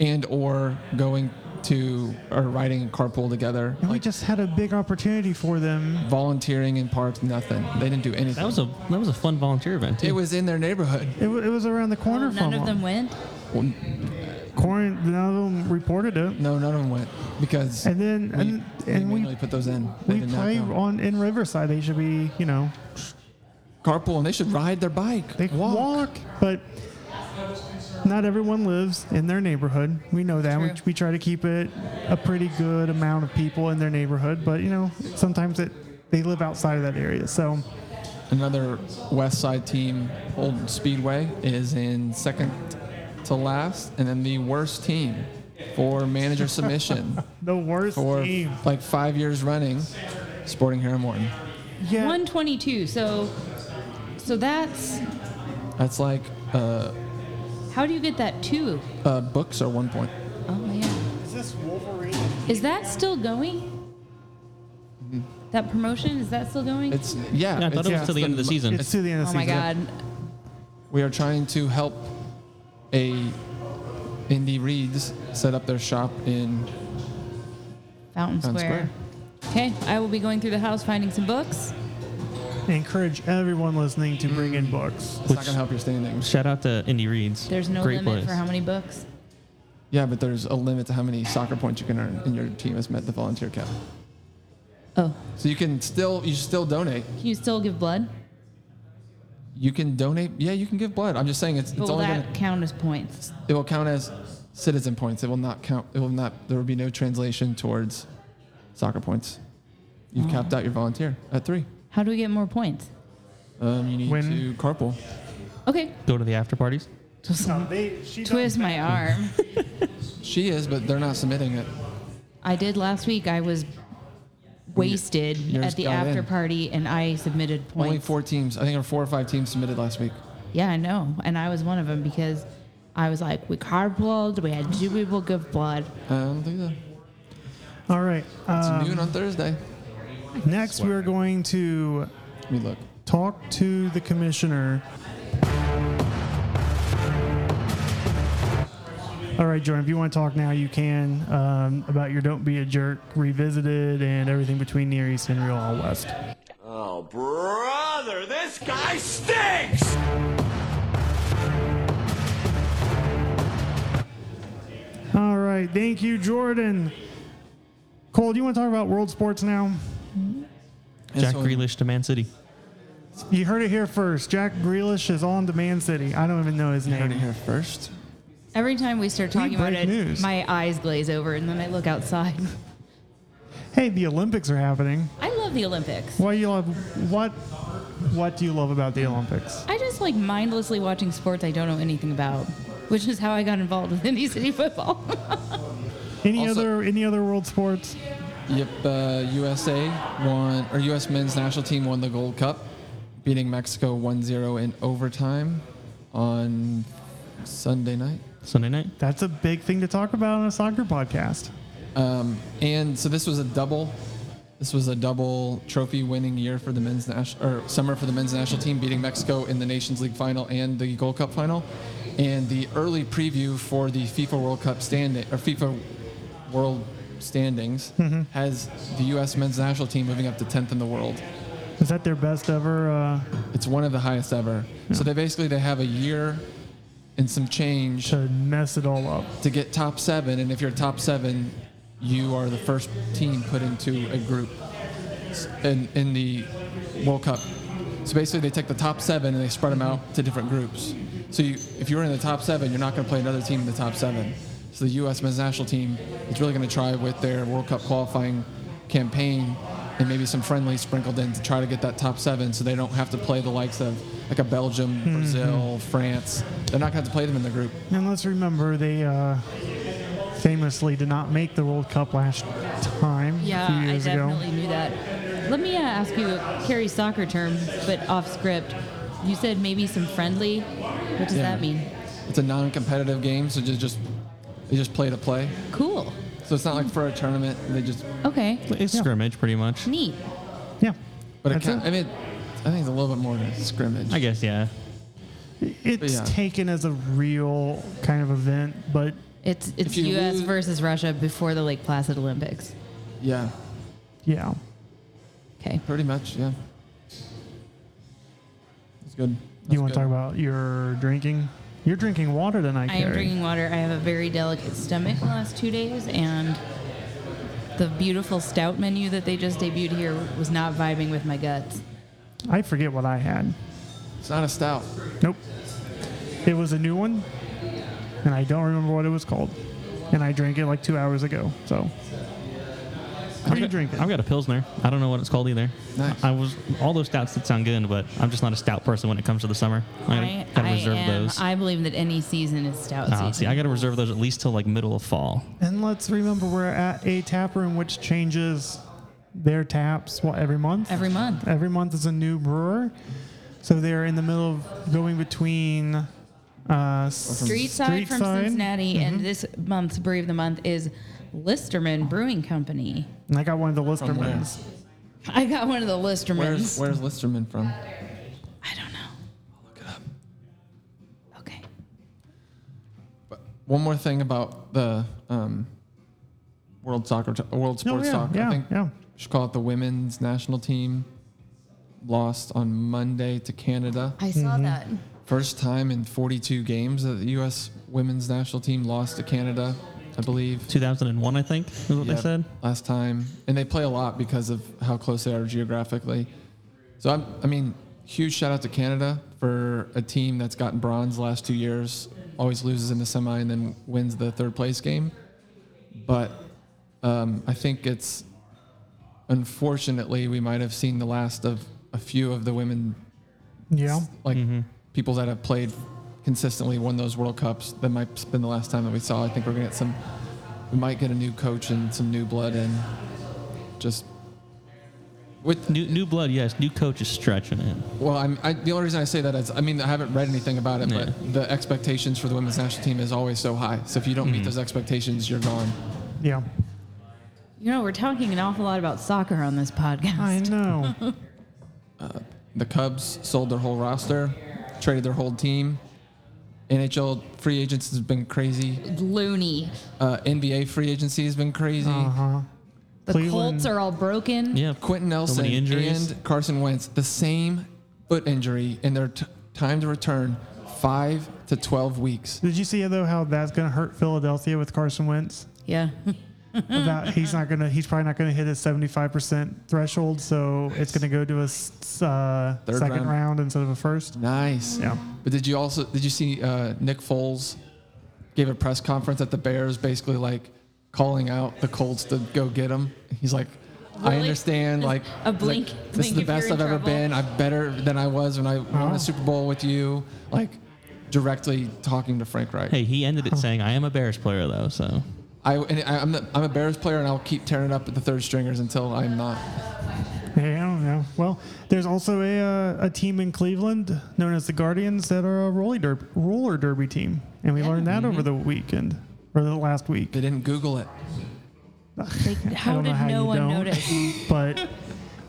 Speaker 6: and or going to are riding carpool together,
Speaker 4: And we
Speaker 6: like
Speaker 4: just had a big opportunity for them.
Speaker 6: volunteering in parks, nothing. They didn't do anything.
Speaker 8: That was a that was a fun volunteer event too.
Speaker 6: it was in their neighborhood.
Speaker 4: It, wa- it was around the corner from
Speaker 5: Oh, None of them went.
Speaker 4: Corin, none of them reported it.
Speaker 6: No, none of them went because
Speaker 4: And then
Speaker 6: we,
Speaker 4: and,
Speaker 6: we
Speaker 4: and we
Speaker 6: manually put those in. They
Speaker 4: we
Speaker 6: did not
Speaker 4: play
Speaker 6: come.
Speaker 4: on in Riverside. They should be you know
Speaker 6: carpool and they should ride their bike.
Speaker 4: they walk, but not everyone lives in their neighborhood. We know that. We,
Speaker 5: True.
Speaker 4: we try to keep it a pretty good amount of people in their neighborhood, but you know sometimes it they live outside of that area. So
Speaker 6: Another West Side team, Old Speedway, is in second to last, and then the worst team for manager submission
Speaker 4: the worst
Speaker 6: for
Speaker 4: team.
Speaker 6: like five years running, Sporting Harry Morton.
Speaker 4: Yeah.
Speaker 5: 122. So, so that's
Speaker 6: That's like uh,
Speaker 5: how do you get that two?
Speaker 6: uh, books are one point.
Speaker 5: Oh yeah.
Speaker 4: Is this Wolverine?
Speaker 5: Is that still going? That promotion is that still going?
Speaker 6: It's yeah.
Speaker 8: yeah, I
Speaker 6: it's-
Speaker 8: thought it was to the end of the season.
Speaker 4: It's to the end of
Speaker 5: oh
Speaker 4: the
Speaker 5: my
Speaker 4: season.
Speaker 5: god.
Speaker 6: we are trying to help a Indy Reeds set up their shop in
Speaker 5: Fountain
Speaker 6: Fountain
Speaker 5: Square.
Speaker 6: Square.
Speaker 5: Okay, I will be going through the house finding some books.
Speaker 4: encourage everyone listening to bring in books.
Speaker 6: it's not gonna help your standings.
Speaker 8: Shout out to Indy Reads.
Speaker 5: There's no
Speaker 8: Great
Speaker 5: limit
Speaker 8: place.
Speaker 5: for how many books.
Speaker 6: Yeah, but there's a limit to how many soccer points you can earn, and your team has met the volunteer cap.
Speaker 5: Oh,
Speaker 6: So you can still you still donate.
Speaker 5: can you still give blood?
Speaker 6: You can donate. Yeah, you can give blood. I'm just saying it's
Speaker 5: But
Speaker 6: it's
Speaker 5: will
Speaker 6: only
Speaker 5: that
Speaker 6: gonna,
Speaker 5: count as points?
Speaker 6: it will count as citizen points. It will not count. It will not. There will be no translation towards soccer points.
Speaker 5: Hmm.
Speaker 6: You've capped out your volunteer at three.
Speaker 5: How do we get more points?
Speaker 6: Um, you need
Speaker 4: When-
Speaker 6: to carpool.
Speaker 5: Okay,
Speaker 8: Go to the after parties.
Speaker 5: twist my arm.
Speaker 6: She is, but they're not submitting it.
Speaker 5: I did last week. I was wasted
Speaker 6: yours
Speaker 5: at the
Speaker 6: got
Speaker 5: after
Speaker 6: in.
Speaker 5: party and I submitted points.
Speaker 6: Only four teams. I think there were four or five teams submitted last week.
Speaker 5: Yeah, I know. And I was one of them because I was like, we carved blood, we had two people give blood.
Speaker 6: I don't think Um, that.
Speaker 4: All right.
Speaker 6: It's
Speaker 4: Um,
Speaker 6: noon on Thursday.
Speaker 4: next, we're going to
Speaker 6: Let me look.
Speaker 4: talk to the commissioner. All right, Jordan, if you want to talk now, you can um, about your Don't Be a Jerk revisited and everything between Near East and Real All West.
Speaker 9: Oh, brother, this guy stinks!
Speaker 4: All right. Thank you, Jordan. Cole, do you want to talk about world sports now?
Speaker 6: And
Speaker 8: Jack
Speaker 6: so-
Speaker 8: Grealish to Man City.
Speaker 4: You heard it here first. Jack Grealish is on Demand City. I don't even know his
Speaker 6: You heard it
Speaker 4: name.
Speaker 6: here first.
Speaker 5: Every time we start talking about
Speaker 4: break
Speaker 5: it,
Speaker 4: news.
Speaker 5: my eyes glaze over and then I look outside.
Speaker 4: Hey, the Olympics are happening.
Speaker 5: I love the Olympics.
Speaker 4: What do you love? What What do you love about the Olympics?
Speaker 5: I just like mindlessly watching sports I don't know anything about, which is how I got involved with Indy City football.
Speaker 4: Any
Speaker 6: Also-
Speaker 4: other Any other world sports?
Speaker 6: Yep, uh, USA won, or U.S. men's national team won the Gold Cup, beating Mexico 1-0 in overtime on Sunday night.
Speaker 8: Sunday night.
Speaker 4: That's a big thing to talk about on a soccer podcast.
Speaker 6: Um, and so this was a double. This was a double trophy winning year for the men's national or summer for the men's national team, beating Mexico in the Nations League final and the Gold Cup final. And the early preview for the FIFA World Cup standing or FIFA World standings has the U.S. men's national team moving up to 10th in the world.
Speaker 4: Is that their best ever? Uh,
Speaker 6: It's one of the highest ever. So they basically they have a year and some change
Speaker 4: to mess it all up.
Speaker 6: to get top seven, and if you're top seven, you are the first team put into a group s- in, in the World Cup. So basically, they take the top seven and they spread them out to different groups. So you, if you're in the top seven, you're not going to play another team in the top seven. So the U.S. men's national team is really going to try with their World Cup qualifying campaign and maybe some friendlies sprinkled in to try to get that top seven so they don't have to play the likes of like a Belgium, Brazil, France. They're not going to have to play them in the group.
Speaker 4: And let's remember they uh, famously did not make the World Cup last time. a
Speaker 5: yeah,
Speaker 4: few
Speaker 5: I
Speaker 4: years
Speaker 5: definitely
Speaker 4: ago.
Speaker 5: knew that. Let me uh, ask you a Carrie's soccer term, but off script. You said maybe some friendly. What does
Speaker 6: Yeah.
Speaker 5: that mean?
Speaker 6: It's a non-competitive game, so just just they just play to play.
Speaker 5: Cool.
Speaker 6: So it's not like for a tournament. They just
Speaker 5: Okay.
Speaker 8: It's scrimmage pretty much.
Speaker 5: Neat.
Speaker 4: Yeah.
Speaker 6: but it
Speaker 4: That's
Speaker 6: can,
Speaker 4: it.
Speaker 6: I mean, I think it's a little bit more to scrimmage.
Speaker 8: I guess yeah.
Speaker 4: It's
Speaker 6: yeah.
Speaker 4: taken as a real kind of event, but
Speaker 5: It's it's
Speaker 6: If you
Speaker 5: U.S.
Speaker 6: lose-
Speaker 5: versus Russia before the Lake Placid Olympics.
Speaker 6: Yeah,
Speaker 4: Yeah.
Speaker 5: Okay.
Speaker 6: pretty much. Yeah, it's good.
Speaker 4: you want to talk about your drinking? You're drinking water tonight,
Speaker 5: I am
Speaker 4: Carrie.
Speaker 5: drinking water. I have a very delicate stomach the last two days, and the beautiful stout menu that they just debuted here was not vibing with my guts.
Speaker 4: I forget what I had.
Speaker 6: It's not a stout.
Speaker 4: Nope. It was a new one, and I don't remember what it was called. And I drank it like two hours ago. So, what are you drinking?
Speaker 8: I've got a Pilsner. I don't know what it's called either.
Speaker 6: Nice.
Speaker 8: I was all those stouts that sound good, but I'm just not a stout person when it comes to the summer. I
Speaker 5: I,
Speaker 8: gotta
Speaker 5: I
Speaker 8: reserve
Speaker 5: am.
Speaker 8: those.
Speaker 5: I believe that any season is stout
Speaker 8: Ah,
Speaker 5: season.
Speaker 8: see, I gotta reserve those at least till like middle of fall.
Speaker 4: and let's remember we're at a tap room which changes their taps what every month.
Speaker 5: every month.
Speaker 4: Every month is a new brewer. So they're in the middle of going between uh,
Speaker 5: Street side from Cincinnati, and this month's brew of the month is Listerman Brewing Company.
Speaker 4: And I got one of the
Speaker 6: From where?
Speaker 4: Listermans.
Speaker 5: I got one of the
Speaker 6: Where's
Speaker 5: Listermans.
Speaker 6: Where's Listerman from?
Speaker 5: I don't know. Okay.
Speaker 6: One more thing about the um, world soccer, t- world
Speaker 4: Oh,
Speaker 6: sports
Speaker 4: yeah,
Speaker 6: soccer.
Speaker 4: yeah,
Speaker 6: I think
Speaker 4: yeah.
Speaker 6: we should call it the women's national team. Lost on Monday to Canada.
Speaker 5: I saw that.
Speaker 6: First time in 42 games that the U.S. women's national team lost to Canada, I believe.
Speaker 8: 2001, I think, is what
Speaker 6: Yeah,
Speaker 8: they said.
Speaker 6: last time, and they play a lot because of how close they are geographically. So I'm, I mean, huge shout out to Canada for a team that's gotten bronze the last two years, always loses in the semi and then wins the third place game. But um, I think it's unfortunately we might have seen the last of a few of the women
Speaker 4: Yeah.
Speaker 6: like people that have played consistently won those World Cups. That might have been the last time that we saw. I think we're gonna get some. We might get a new coach and some new blood and just with
Speaker 8: New, new blood, yes. New coach is stretching it.
Speaker 6: well, I'm, I, the only reason I say that is I mean I haven't read anything about it,
Speaker 8: Yeah.
Speaker 6: but the expectations for the women's national team is always so high. So if you don't meet those expectations, you're gone.
Speaker 4: Yeah.
Speaker 5: You know, we're talking an awful lot about soccer on this podcast.
Speaker 4: I know.
Speaker 6: The Cubs sold their whole roster, traded their whole team. NHL free agents has been crazy.
Speaker 5: Loony.
Speaker 6: Uh, NBA free agency has been crazy.
Speaker 5: The
Speaker 4: Cleveland-
Speaker 5: Colts are all broken.
Speaker 8: Yeah.
Speaker 6: Quentin
Speaker 8: So
Speaker 6: Nelson
Speaker 8: many injuries.
Speaker 6: and Carson Wentz the same foot injury and their t- time to return five to twelve weeks.
Speaker 4: Did you see though how that's going to hurt Philadelphia with Carson Wentz?
Speaker 5: Yeah.
Speaker 4: About he's not going to he's probably not going to hit his 75% threshold, so it's going to go to a s- uh,
Speaker 6: Third
Speaker 4: second round.
Speaker 6: round.
Speaker 4: instead of a first.
Speaker 6: Nice.
Speaker 4: Yeah.
Speaker 6: But did you also did you see uh, Nick Foles gave a press conference at the Bears, basically like calling out the Colts to go get him. He's like, I
Speaker 5: Really?
Speaker 6: understand. Like
Speaker 5: A blink-
Speaker 6: like, this
Speaker 5: blink
Speaker 6: is the
Speaker 5: if you're
Speaker 6: best
Speaker 5: in
Speaker 6: I've ever
Speaker 5: trouble."
Speaker 6: been. I'm better than I was when I
Speaker 4: Oh.
Speaker 6: won the Super Bowl with you. Like directly talking to Frank Reich.
Speaker 8: Hey, he ended it saying, "I am a Bears player, though." So
Speaker 6: I, and I, I'm, the, I'm a Bears player, and I'll keep tearing it up at the third stringers until I'm not.
Speaker 4: Hey, I don't know. Well, there's also a uh, a team in Cleveland known as the Guardians that are a roller derby, roller derby team, and we learned that over the
Speaker 6: Mm-hmm.
Speaker 4: weekend or the last week.
Speaker 6: They didn't Google it.
Speaker 5: Like, how
Speaker 4: don't know
Speaker 5: did
Speaker 4: how
Speaker 5: no
Speaker 4: you
Speaker 5: one
Speaker 4: don't.
Speaker 5: notice?
Speaker 4: But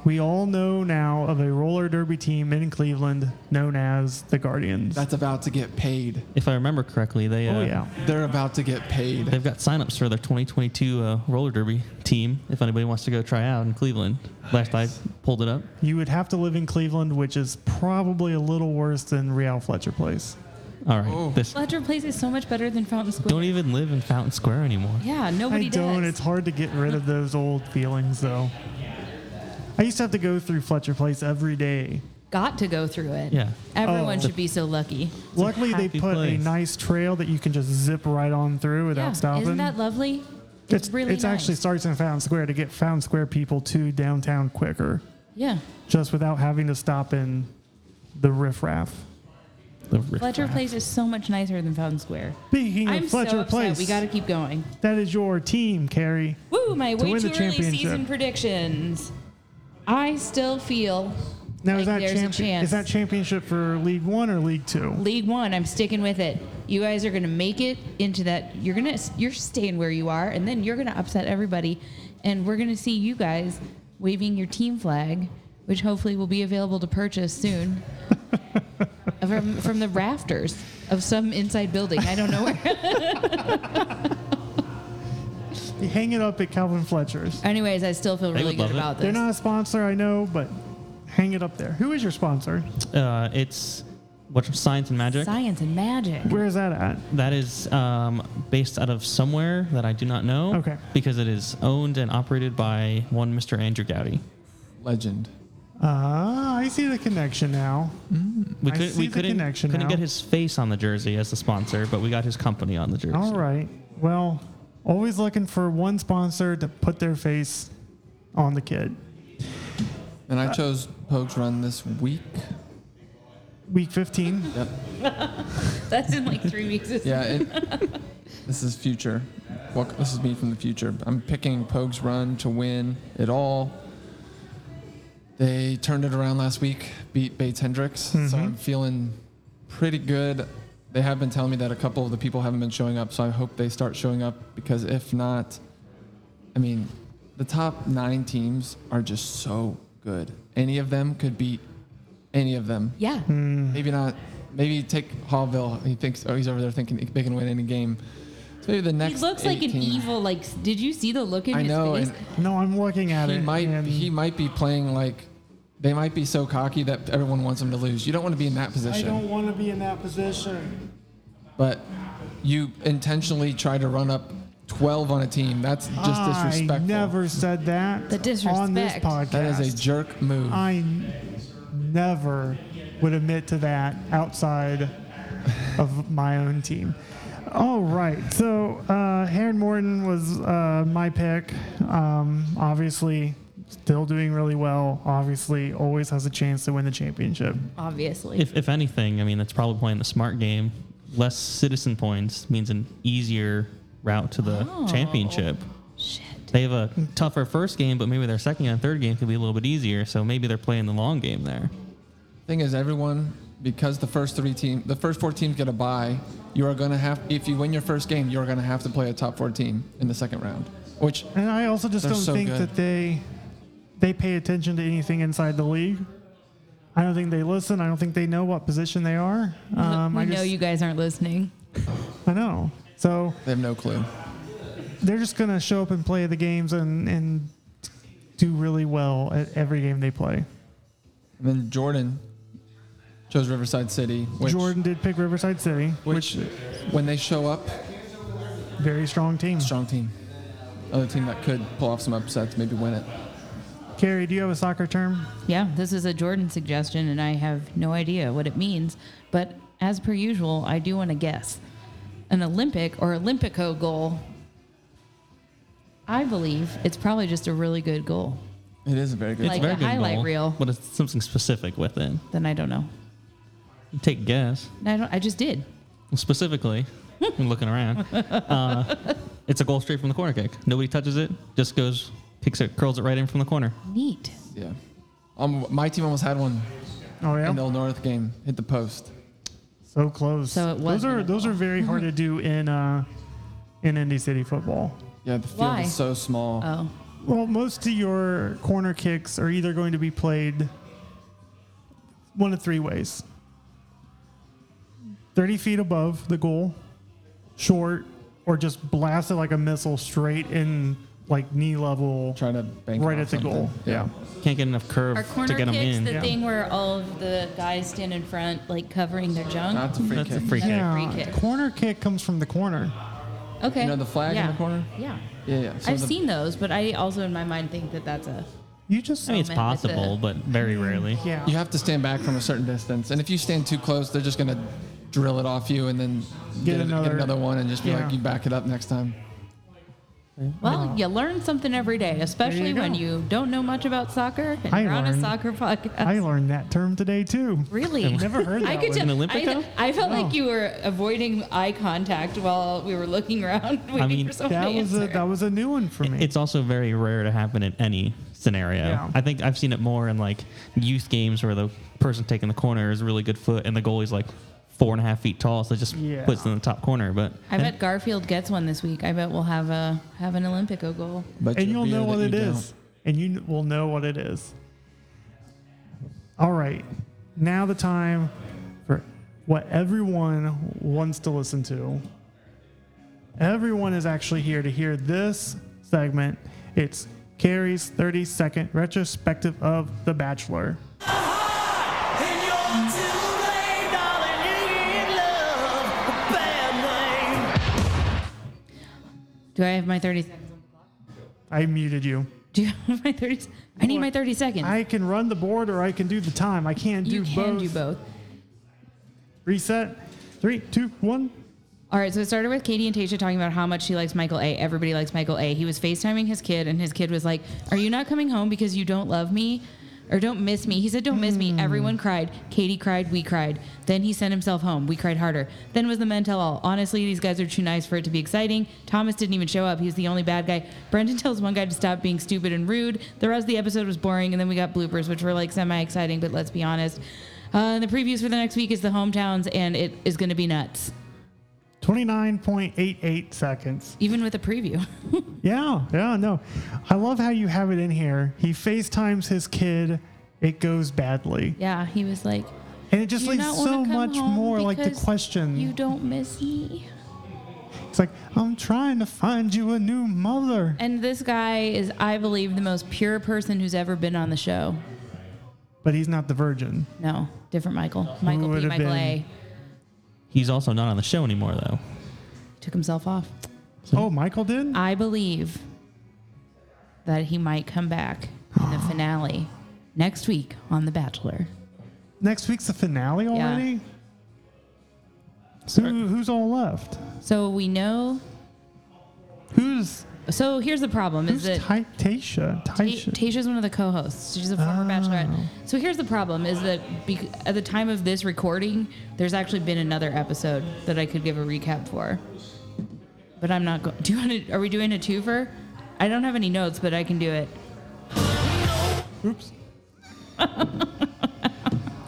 Speaker 4: we all know now of a roller derby team in Cleveland known as the Guardians.
Speaker 6: That's about to get paid.
Speaker 8: if I remember correctly, they uh,
Speaker 4: oh yeah,
Speaker 6: They're about to get paid.
Speaker 8: they've got signups for their 2022 uh, roller derby team. If anybody wants to go try out in Cleveland, last I pulled it up.
Speaker 4: you would have to live in Cleveland, which is probably a little worse than Real Fletcher Place.
Speaker 8: All right,
Speaker 6: Oh.
Speaker 8: this
Speaker 5: Fletcher Place is so much better than Fountain Square.
Speaker 8: don't even live in Fountain Square anymore.
Speaker 5: yeah, nobody
Speaker 4: I don't.
Speaker 5: does.
Speaker 4: It's hard to get rid of those old feelings though. I used to have to go through Fletcher Place every day.
Speaker 5: Got to go through it.
Speaker 8: Yeah.
Speaker 5: Everyone
Speaker 4: Oh.
Speaker 5: should be so lucky.
Speaker 4: Luckily, they
Speaker 8: happy
Speaker 4: put a
Speaker 8: place.
Speaker 4: nice trail that you can just zip right on through without
Speaker 5: Yeah.
Speaker 4: stopping.
Speaker 5: Isn't that lovely? It's, really
Speaker 4: It's
Speaker 5: nice.
Speaker 4: actually starts in Fountain Square to get Fountain Square people to downtown quicker,
Speaker 5: Yeah.
Speaker 4: just without having to stop in the riffraff.
Speaker 8: The riff
Speaker 5: Fletcher
Speaker 8: raff.
Speaker 5: Place is so much nicer than Fountain Square.
Speaker 4: Speaking
Speaker 5: I'm
Speaker 4: of
Speaker 5: so
Speaker 4: Fletcher
Speaker 5: upset.
Speaker 4: Place,
Speaker 5: We got to keep going.
Speaker 4: that is your team, Carrie.
Speaker 5: Woo, my
Speaker 4: To
Speaker 5: way
Speaker 4: win the
Speaker 5: too early
Speaker 4: championship.
Speaker 5: season predictions. I still feel
Speaker 4: Now
Speaker 5: like
Speaker 4: is that
Speaker 5: there's a
Speaker 4: champi-
Speaker 5: chance.
Speaker 4: is that championship for League One or League Two?
Speaker 5: League One. I'm sticking with it. You guys are gonna make it into that. You're gonna you're staying where you are, and then you're gonna upset everybody, and we're gonna see you guys waving your team flag, which hopefully will be available to purchase soon. From, from the rafters.
Speaker 10: of some inside building. I don't know where.
Speaker 4: They hang it up at Calvin Fletcher's.
Speaker 10: Anyways, I still feel
Speaker 8: They
Speaker 10: really
Speaker 8: would
Speaker 10: good
Speaker 8: love it.
Speaker 10: about
Speaker 4: They're
Speaker 10: this.
Speaker 4: not a sponsor, I know, but hang it up there. Who is your sponsor?
Speaker 8: Uh, it's what science and magic.
Speaker 10: Science and magic.
Speaker 4: Where is that at?
Speaker 8: That is um, based out of somewhere that I do not know.
Speaker 4: Okay.
Speaker 8: Because it is owned and operated by one Mr. Andrew Gowdy.
Speaker 6: Legend.
Speaker 4: Ah, I see the connection now.
Speaker 8: We,
Speaker 4: I see
Speaker 8: we
Speaker 4: the
Speaker 8: couldn't,
Speaker 4: connection
Speaker 8: couldn't
Speaker 4: now.
Speaker 8: get his face on the jersey as the sponsor, but we got his company on the jersey.
Speaker 4: All right. Well, always looking for one sponsor to put their face on the kid.
Speaker 6: And I chose Pogues Run this week.
Speaker 4: Week 15.
Speaker 5: That's in like three weeks. isn't
Speaker 6: Yeah, it, this is future. Well, this is me from the future. I'm picking Pogues Run to win it all. They turned it around last week, beat Bates Hendricks, so I'm feeling pretty good. They have been telling me that a couple of the people haven't been showing up, so I hope they start showing up because if not, I mean, the top nine teams are just so good. Any of them could beat any of them.
Speaker 10: Yeah.
Speaker 6: Maybe not. Maybe take Hallville. He thinks, oh, he's over there thinking they can win any game. So maybe the
Speaker 5: He
Speaker 6: next.
Speaker 5: looks like an
Speaker 6: 18
Speaker 5: evil. Like, s- did you see the look in
Speaker 6: I
Speaker 5: his
Speaker 6: know,
Speaker 5: face?
Speaker 6: and
Speaker 4: No, I'm looking at
Speaker 6: he
Speaker 4: it.
Speaker 6: might
Speaker 4: and
Speaker 6: he might be playing like they might be so cocky that everyone wants him to lose. You don't want to be in that
Speaker 4: I
Speaker 6: position,
Speaker 4: don't want to be in that position.
Speaker 6: but you intentionally try to run up 12 on a team. That's just
Speaker 4: I
Speaker 6: disrespectful.
Speaker 4: never said that.
Speaker 10: The disrespect.
Speaker 4: On this podcast.
Speaker 6: that is a jerk move.
Speaker 4: I n- never would admit to that outside of my own team. All right, so uh, Heron Morton was uh, my pick. Um, obviously, still doing really well. Obviously, always has a chance to win the championship.
Speaker 10: Obviously.
Speaker 8: If, if anything, I mean, that's probably playing the smart game. Less citizen points means an easier route to the championship. Shit. They have a tougher first game, but maybe their second and third game could be a little bit easier. So maybe they're playing the long game there.
Speaker 6: Thing is, everyone because the first three team, the first four teams get a bye. You are gonna have if you win your first game, you are gonna have to play a top four team in the second round, which
Speaker 4: And I also just
Speaker 6: They're
Speaker 4: don't
Speaker 6: so
Speaker 4: think
Speaker 6: good.
Speaker 4: that they they pay attention to anything inside the league. I don't think they listen. I don't think they know what position they are. Um,
Speaker 10: we
Speaker 4: I
Speaker 10: know
Speaker 4: just,
Speaker 10: you guys aren't listening.
Speaker 4: I know. So
Speaker 6: they have no clue.
Speaker 4: they're just gonna show up and play the games and and do really well at every game they play.
Speaker 6: And then Jordan chose Riverside City, which,
Speaker 4: Jordan did pick Riverside City,
Speaker 6: which when they show up,
Speaker 4: very strong team.
Speaker 6: strong team, other team that could pull off some upsets, maybe win it.
Speaker 4: Carrie, do you have a soccer term?
Speaker 10: Yeah, this is a Jordan suggestion, and I have no idea what it means. But as per usual, I do want to guess an Olympic or Olympico goal. I believe it's probably just a really good goal.
Speaker 6: It is a very good.
Speaker 10: Like
Speaker 8: Very
Speaker 10: a
Speaker 8: good
Speaker 10: highlight
Speaker 8: goal,
Speaker 10: reel.
Speaker 8: But it's something specific with it.
Speaker 10: Then I don't know.
Speaker 8: Take a guess.
Speaker 10: I don't. I just did.
Speaker 8: specifically, I'm looking around. Uh, it's a goal straight from the corner kick. Nobody touches it. Just goes, kicks it, curls it right in from the corner.
Speaker 10: Neat.
Speaker 6: yeah, um, my team almost had one
Speaker 4: Oh
Speaker 6: in
Speaker 4: yeah,
Speaker 6: the Old North game, hit the post.
Speaker 4: so close.
Speaker 10: So it
Speaker 4: those
Speaker 10: wasn't
Speaker 4: are
Speaker 10: a
Speaker 4: those are very hard to do in uh, in Indy City football.
Speaker 6: Yeah, the field
Speaker 10: Why?
Speaker 6: is so small.
Speaker 5: Uh,
Speaker 10: Oh,
Speaker 4: Well, most of your corner kicks are either going to be played one of three ways 30 feet above the goal, short, or just blast it like a missile straight in, like knee level.
Speaker 6: Try to bank it
Speaker 4: Right
Speaker 6: off
Speaker 4: at the
Speaker 6: something.
Speaker 4: goal.
Speaker 6: Yeah.
Speaker 8: Can't get enough curve
Speaker 5: Are
Speaker 8: to
Speaker 5: corner
Speaker 8: get them
Speaker 5: kicks
Speaker 8: in.
Speaker 5: the
Speaker 4: Yeah.
Speaker 5: thing where all of the guys stand in front, like covering their junk?
Speaker 6: That's a free
Speaker 8: That's
Speaker 6: kick.
Speaker 8: a free kick.
Speaker 4: Yeah,
Speaker 5: Free kick.
Speaker 4: corner kick comes from the corner.
Speaker 5: okay.
Speaker 6: You know the flag in
Speaker 5: Yeah.
Speaker 6: the corner?
Speaker 5: Yeah.
Speaker 6: Yeah, yeah. So
Speaker 5: I've
Speaker 6: the-
Speaker 5: seen those, but I also in my mind think that that's a.
Speaker 4: You just
Speaker 8: I mean, it's
Speaker 5: man, that's
Speaker 8: possible,
Speaker 5: a-
Speaker 8: but
Speaker 4: Mm-hmm.
Speaker 8: very rarely.
Speaker 4: yeah.
Speaker 6: You have to stand back from a certain distance, and if you stand too close, they're just gonna drill it off you, and then
Speaker 4: Get
Speaker 6: get, another,
Speaker 4: another-
Speaker 6: get another one, and just be
Speaker 4: Yeah.
Speaker 6: like, you back it up next time.
Speaker 5: Well, you learn something every day, especially when
Speaker 4: go.
Speaker 5: you don't know much about soccer and
Speaker 4: I
Speaker 5: you're on a
Speaker 4: learned-
Speaker 5: soccer podcast.
Speaker 4: I learned that term today too.
Speaker 5: really?
Speaker 4: Never heard that.
Speaker 5: I could
Speaker 4: one.
Speaker 5: tell.
Speaker 8: An
Speaker 5: I,
Speaker 8: Olympico?
Speaker 5: I felt
Speaker 4: No.
Speaker 5: like you were avoiding eye contact while we were looking around, waiting
Speaker 8: mean,
Speaker 5: for someone
Speaker 4: that
Speaker 5: to
Speaker 4: was a
Speaker 5: answer.
Speaker 4: that was a new one for me.
Speaker 8: It's also very rare to happen in any scenario.
Speaker 4: Yeah.
Speaker 8: I think I've seen it more in like youth games where the person taking the corner is really good foot and the goalie's like four and a half feet tall, so it just
Speaker 4: Yeah.
Speaker 8: puts it in the top corner. But
Speaker 10: I bet Garfield gets one this week. I bet we'll have a have an Olympico goal.
Speaker 6: But
Speaker 4: and you'll know what it is, and you will know what it is. All right, now the time for what everyone wants to listen to. Everyone is actually here to hear this segment. It's Carrie's 30 second retrospective of The Bachelor.
Speaker 10: Do I have my 30 seconds?
Speaker 4: I muted you.
Speaker 10: Do you have my 30 se- I need my 30 seconds.
Speaker 4: I can run the board or I can do the time. I can't do
Speaker 10: you
Speaker 4: both.
Speaker 10: can do both.
Speaker 4: Reset. Three, two, one.
Speaker 5: All right, so it started with Katie and Tasha talking about how much she likes Michael A. Everybody likes Michael A. He was FaceTiming his kid, and his kid was like, Are you not coming home because you don't love me or don't miss me? He said, Don't miss me. Everyone cried. Katie cried. We cried. Then he sent himself home. We cried harder. Then was the men tell all. Honestly, these guys are too nice for it to be exciting. Thomas didn't even show up. He was the only bad guy. Brendan tells one guy to stop being stupid and rude. The rest of the episode was boring, and then we got bloopers, which were like semi exciting, but let's be honest. Uh, the previews for the next week is the hometowns, and it is going to be nuts,
Speaker 4: 29.88 seconds.
Speaker 5: even with a preview.
Speaker 4: Yeah, yeah, no. I love how you have it in here. He FaceTimes his kid. It goes badly.
Speaker 5: Yeah, he was like,
Speaker 4: And it just
Speaker 5: "Do you
Speaker 4: leaves
Speaker 5: not wanna
Speaker 4: so
Speaker 5: come
Speaker 4: much
Speaker 5: home
Speaker 4: more like the
Speaker 5: because
Speaker 4: question.
Speaker 5: You don't miss me.
Speaker 4: It's like, I'm trying to find you a new mother.
Speaker 5: And this guy is, I believe, the most pure person who's ever been on the show.
Speaker 4: But he's not the virgin.
Speaker 5: No, different Michael. Michael
Speaker 4: would
Speaker 5: P.
Speaker 4: have
Speaker 5: Michael A.
Speaker 8: He's also not on the show anymore, though.
Speaker 5: Took himself off.
Speaker 4: Oh, Michael did?
Speaker 5: I believe that he might come back in the finale next week on The Bachelor.
Speaker 4: Next week's the finale already? Who, who's all left?
Speaker 5: So we know.
Speaker 4: Who's
Speaker 5: So here's the problem:
Speaker 4: who's
Speaker 5: is that
Speaker 4: Ty- Taisha?
Speaker 5: Ta-
Speaker 4: Taisha.
Speaker 5: Tayshia's one of the co-hosts. She's a former bachelorette. So here's the problem: is that bec- at the time of this recording, there's actually been another episode that I could give a recap for. But I'm not going. Do you want to? Are we doing a twofer? I don't have any notes, but I can do it.
Speaker 4: Oops.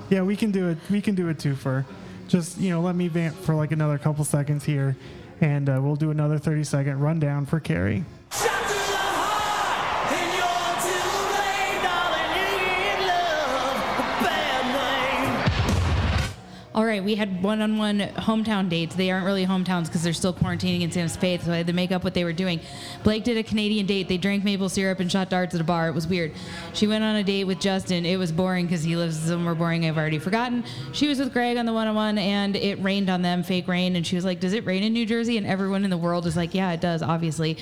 Speaker 4: yeah, we can do it. We can do a twofer. Just you know, let me vamp for like another couple seconds here, and uh, we'll do another thirty second rundown for Carrie.
Speaker 5: All right, we had one-on-one hometown dates. They aren't really hometowns because they're still quarantining in Sam's Faith, so I had to make up what they were doing. Blake did a Canadian date. They drank maple syrup and shot darts at a bar. It was weird. She went on a date with Justin. It was boring because he lives somewhere boring I've already forgotten. She was with Greg on the one-on-one, and it rained on them, fake rain. And she was like, "Does it rain in New Jersey?" And everyone in the world is like, "Yeah, it does, obviously."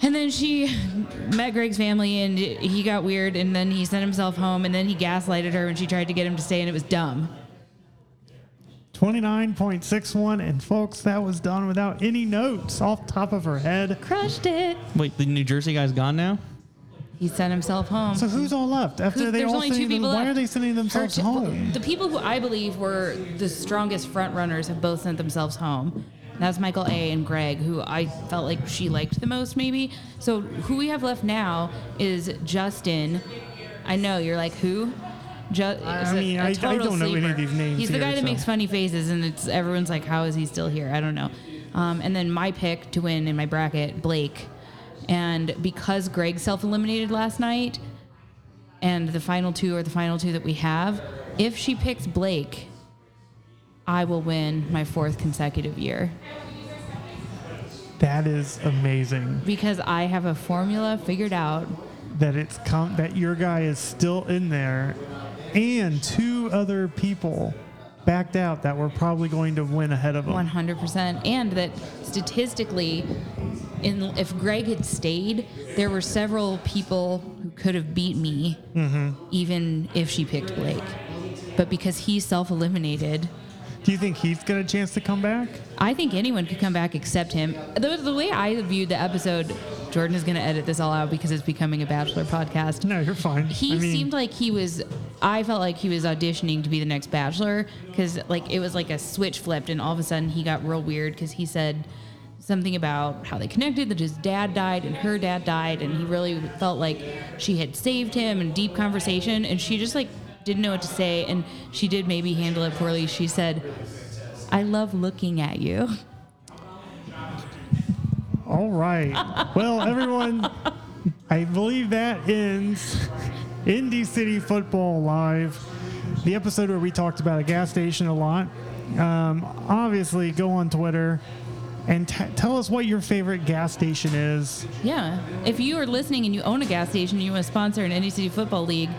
Speaker 5: And then she met Greg's family, and he got weird. And then he sent himself home. And then he gaslighted her when she tried to get him to stay, and it was dumb.
Speaker 4: Twenty nine point six one, and folks, that was done without any notes off the top of her head.
Speaker 5: Crushed it.
Speaker 8: Wait, the New Jersey guy's gone now?
Speaker 5: He sent himself home.
Speaker 4: So who's all left after
Speaker 5: Who-
Speaker 4: they
Speaker 5: there's
Speaker 4: all
Speaker 5: only two
Speaker 4: sending them,
Speaker 5: people
Speaker 4: Why
Speaker 5: left.
Speaker 4: are they sending themselves
Speaker 5: Her-
Speaker 4: home?
Speaker 5: The people who I believe were the strongest front runners have both sent themselves home. That's Michael A. and Greg, who I felt like she liked the most, maybe. So who we have left now is Justin. I know you're like who. Ju- is a-
Speaker 4: mean,
Speaker 5: a
Speaker 4: I- I
Speaker 5: total
Speaker 4: don't know any of
Speaker 5: sleeper.
Speaker 4: these names
Speaker 5: He's the
Speaker 4: here,
Speaker 5: guy that
Speaker 4: so.
Speaker 5: makes funny faces, and it's everyone's like, "How is he still here?" I don't know. Um, and then my pick to win in my bracket, Blake. And because Greg self-eliminated last night, and the final two are the final two that we have. If she picks Blake, I will win my fourth consecutive year
Speaker 4: That is amazing.
Speaker 5: because I have a formula figured out.
Speaker 4: that it's com- that your guy is still in there, and two other people backed out that were probably going to win ahead of him.
Speaker 5: 100% and that statistically in if greg had stayed there were several people who could have beat me even if she picked blake but because he self-eliminated
Speaker 4: Do you think he's got a chance to come back?
Speaker 5: I think anyone could come back except him. The, the way I viewed the episode, Jordan is going to edit this all out because it's becoming a Bachelor podcast.
Speaker 4: No, you're fine.
Speaker 5: He
Speaker 4: I mean,
Speaker 5: seemed like he was. I felt like he was auditioning to be the next Bachelor because, like, it was like a switch flipped, and all of a sudden he got real weird because he said something about how they connected that his dad died and her dad died, and he really felt like she had saved him in deep conversation, and she just like didn't know what to say, and she did maybe handle it poorly. She said, "I love looking at you."
Speaker 4: all right. well, everyone, I believe that ends Indy City Football Live, the episode where we talked about a gas station a lot. um, obviously go on Twitter and t- tell us what your favorite gas station is.
Speaker 5: Yeah. If you are listening and you own a gas station and you want to sponsor an Indy City Football League,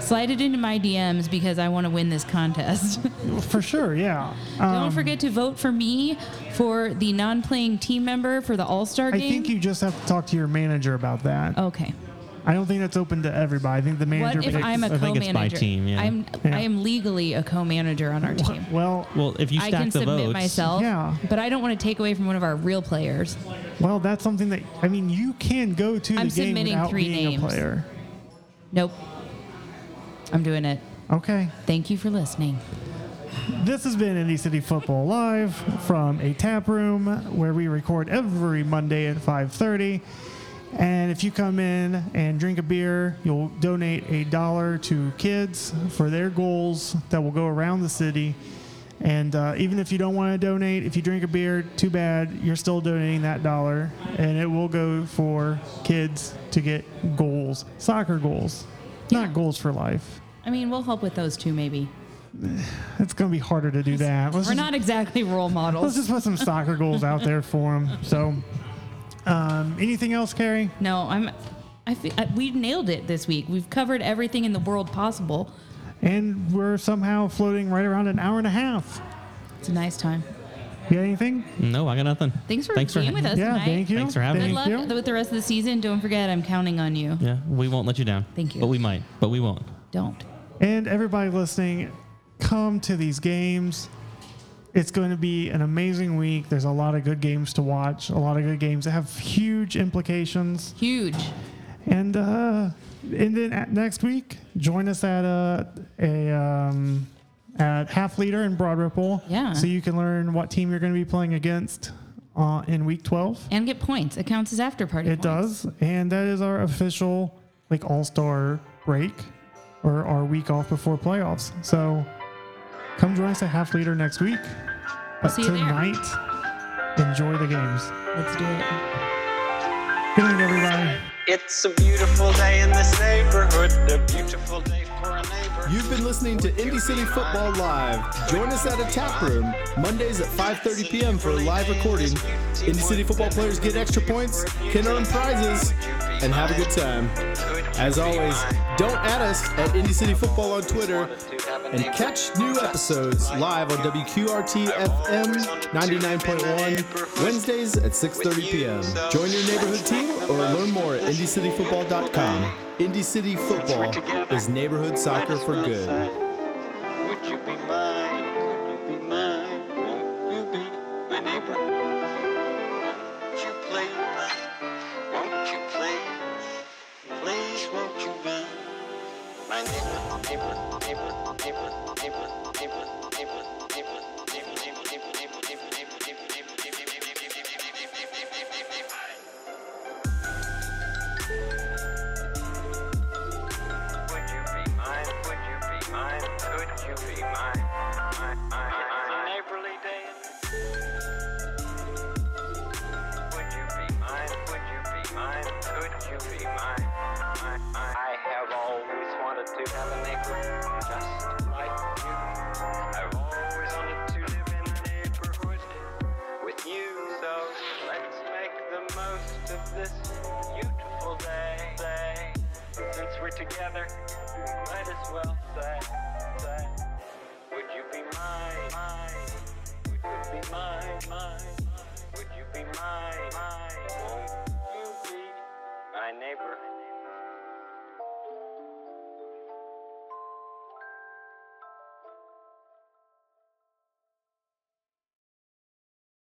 Speaker 5: slide it into my DMs because I want to win this contest.
Speaker 4: For sure, yeah. Um,
Speaker 8: Um,
Speaker 5: Don't forget to vote for me for the non playing team member for the All Star
Speaker 4: I
Speaker 5: game.
Speaker 4: think you just have to talk to your manager about that.
Speaker 5: okay.
Speaker 4: I don't think that's open to everybody. I think the manager.
Speaker 5: Oh. What if
Speaker 4: picks-
Speaker 5: I'm a
Speaker 8: I think it's
Speaker 5: co-manager?
Speaker 8: by team, yeah.
Speaker 5: I'm
Speaker 4: Yeah.
Speaker 5: I am legally a co-manager on our team.
Speaker 4: Well,
Speaker 8: Well, if you
Speaker 5: I
Speaker 8: stack
Speaker 5: can
Speaker 8: the
Speaker 5: submit
Speaker 8: votes,
Speaker 5: myself,
Speaker 4: Yeah.
Speaker 5: but I don't want to take away from one of our real players.
Speaker 4: well, that's something that I mean. You can go to
Speaker 5: I'm
Speaker 4: the game
Speaker 5: submitting
Speaker 4: without
Speaker 5: three
Speaker 4: being
Speaker 5: names.
Speaker 4: a player.
Speaker 5: Nope. I'm doing it.
Speaker 4: Okay.
Speaker 5: Thank you for listening.
Speaker 4: This has been Indy City Football Live from a tap room where we record every Monday at 5:30. And if you come in and drink a beer, you'll donate a dollar to kids for their goals that will go around the city. And uh, even if you don't want to donate, if you drink a beer, too bad, you're still donating that dollar, and it will go for kids to get goals, soccer goals, not goals for life.
Speaker 5: I mean, we'll help with those two maybe.
Speaker 4: It's going to be harder to do that. Let's
Speaker 5: We're
Speaker 4: just-
Speaker 5: not exactly role
Speaker 4: Let's
Speaker 5: models.
Speaker 4: just put some soccer goals out there for him. So, um, anything else, Carrie?
Speaker 5: No, I'm. I fe- I, we nailed it this week. We've covered everything in the world possible.
Speaker 4: And we're somehow floating right around an hour and a half.
Speaker 5: It's a nice time.
Speaker 4: You got anything?
Speaker 8: No, I got nothing.
Speaker 5: Thanks for being with us
Speaker 4: yeah,
Speaker 5: tonight.
Speaker 4: thank you.
Speaker 8: Thanks for having
Speaker 5: Good
Speaker 8: me.
Speaker 5: luck
Speaker 4: you.
Speaker 5: with the rest of the season. Don't forget, I'm counting on you.
Speaker 8: Yeah, we won't let you down.
Speaker 5: Thank you.
Speaker 8: But we might. But we won't.
Speaker 5: Don't.
Speaker 4: And everybody listening, come to these games. It's going to be an amazing week. There's a lot of good games to watch, a lot of good games that have huge implications.
Speaker 5: Huge.
Speaker 4: And uh, and then at next week, join us at a, a um, at half leader in Broad Ripple.
Speaker 5: Yeah.
Speaker 4: So you can learn what team you're going to be playing against uh, in week 12.
Speaker 5: And get points. It counts as after party.
Speaker 4: It
Speaker 5: points.
Speaker 4: does, and that is our official like All Star break or our week off before playoffs. So come join us at half leader next week. But
Speaker 5: see you there.
Speaker 4: tonight, enjoy the games.
Speaker 5: Let's do it.
Speaker 4: Good night, everybody.
Speaker 2: It's a beautiful day in this neighborhood, a beautiful day for a neighbor.
Speaker 3: You've been listening to Indy City Football Live. Join us at a tap room Mondays at 5:30 p.m. for a live recording. Indy City football players get extra points, can earn prizes, and have a good time. As always, don't add us at Indy City Football on Twitter and catch new episodes live on WQRT FM 99.1 Wednesdays at 6:30 p.m. Join your neighborhood team or learn more at indycityfootball.com. Indy City Football is neighborhood soccer for good.
Speaker 2: Would you be mine? Would you be mine? Won't you be my neighbor? Won't you please? Won't you please? Please won't you be my neighbor? Neighbor, neighbor, neighbor, neighbor, neighbor, neighbor, neighbor, neighbor, neighbor, neighbor, neighbor, neighbor, neighbor, neighbor, neighbor, neighbor, neighbor, neighbor, neighbor. Would you be mine? Would you be mine? Could you be mine? Mine, mine, mine. Neighborly dance. Would you be mine? Would you be mine? Could you be mine? Mine, mine. I have always wanted to have a neighbor just like you. I've always wanted to live in a neighborhood with you. So let's make the most of this beautiful day. day. Since we're together, might as well say, say, would you be mine? Mine. Would you be mine? Mine.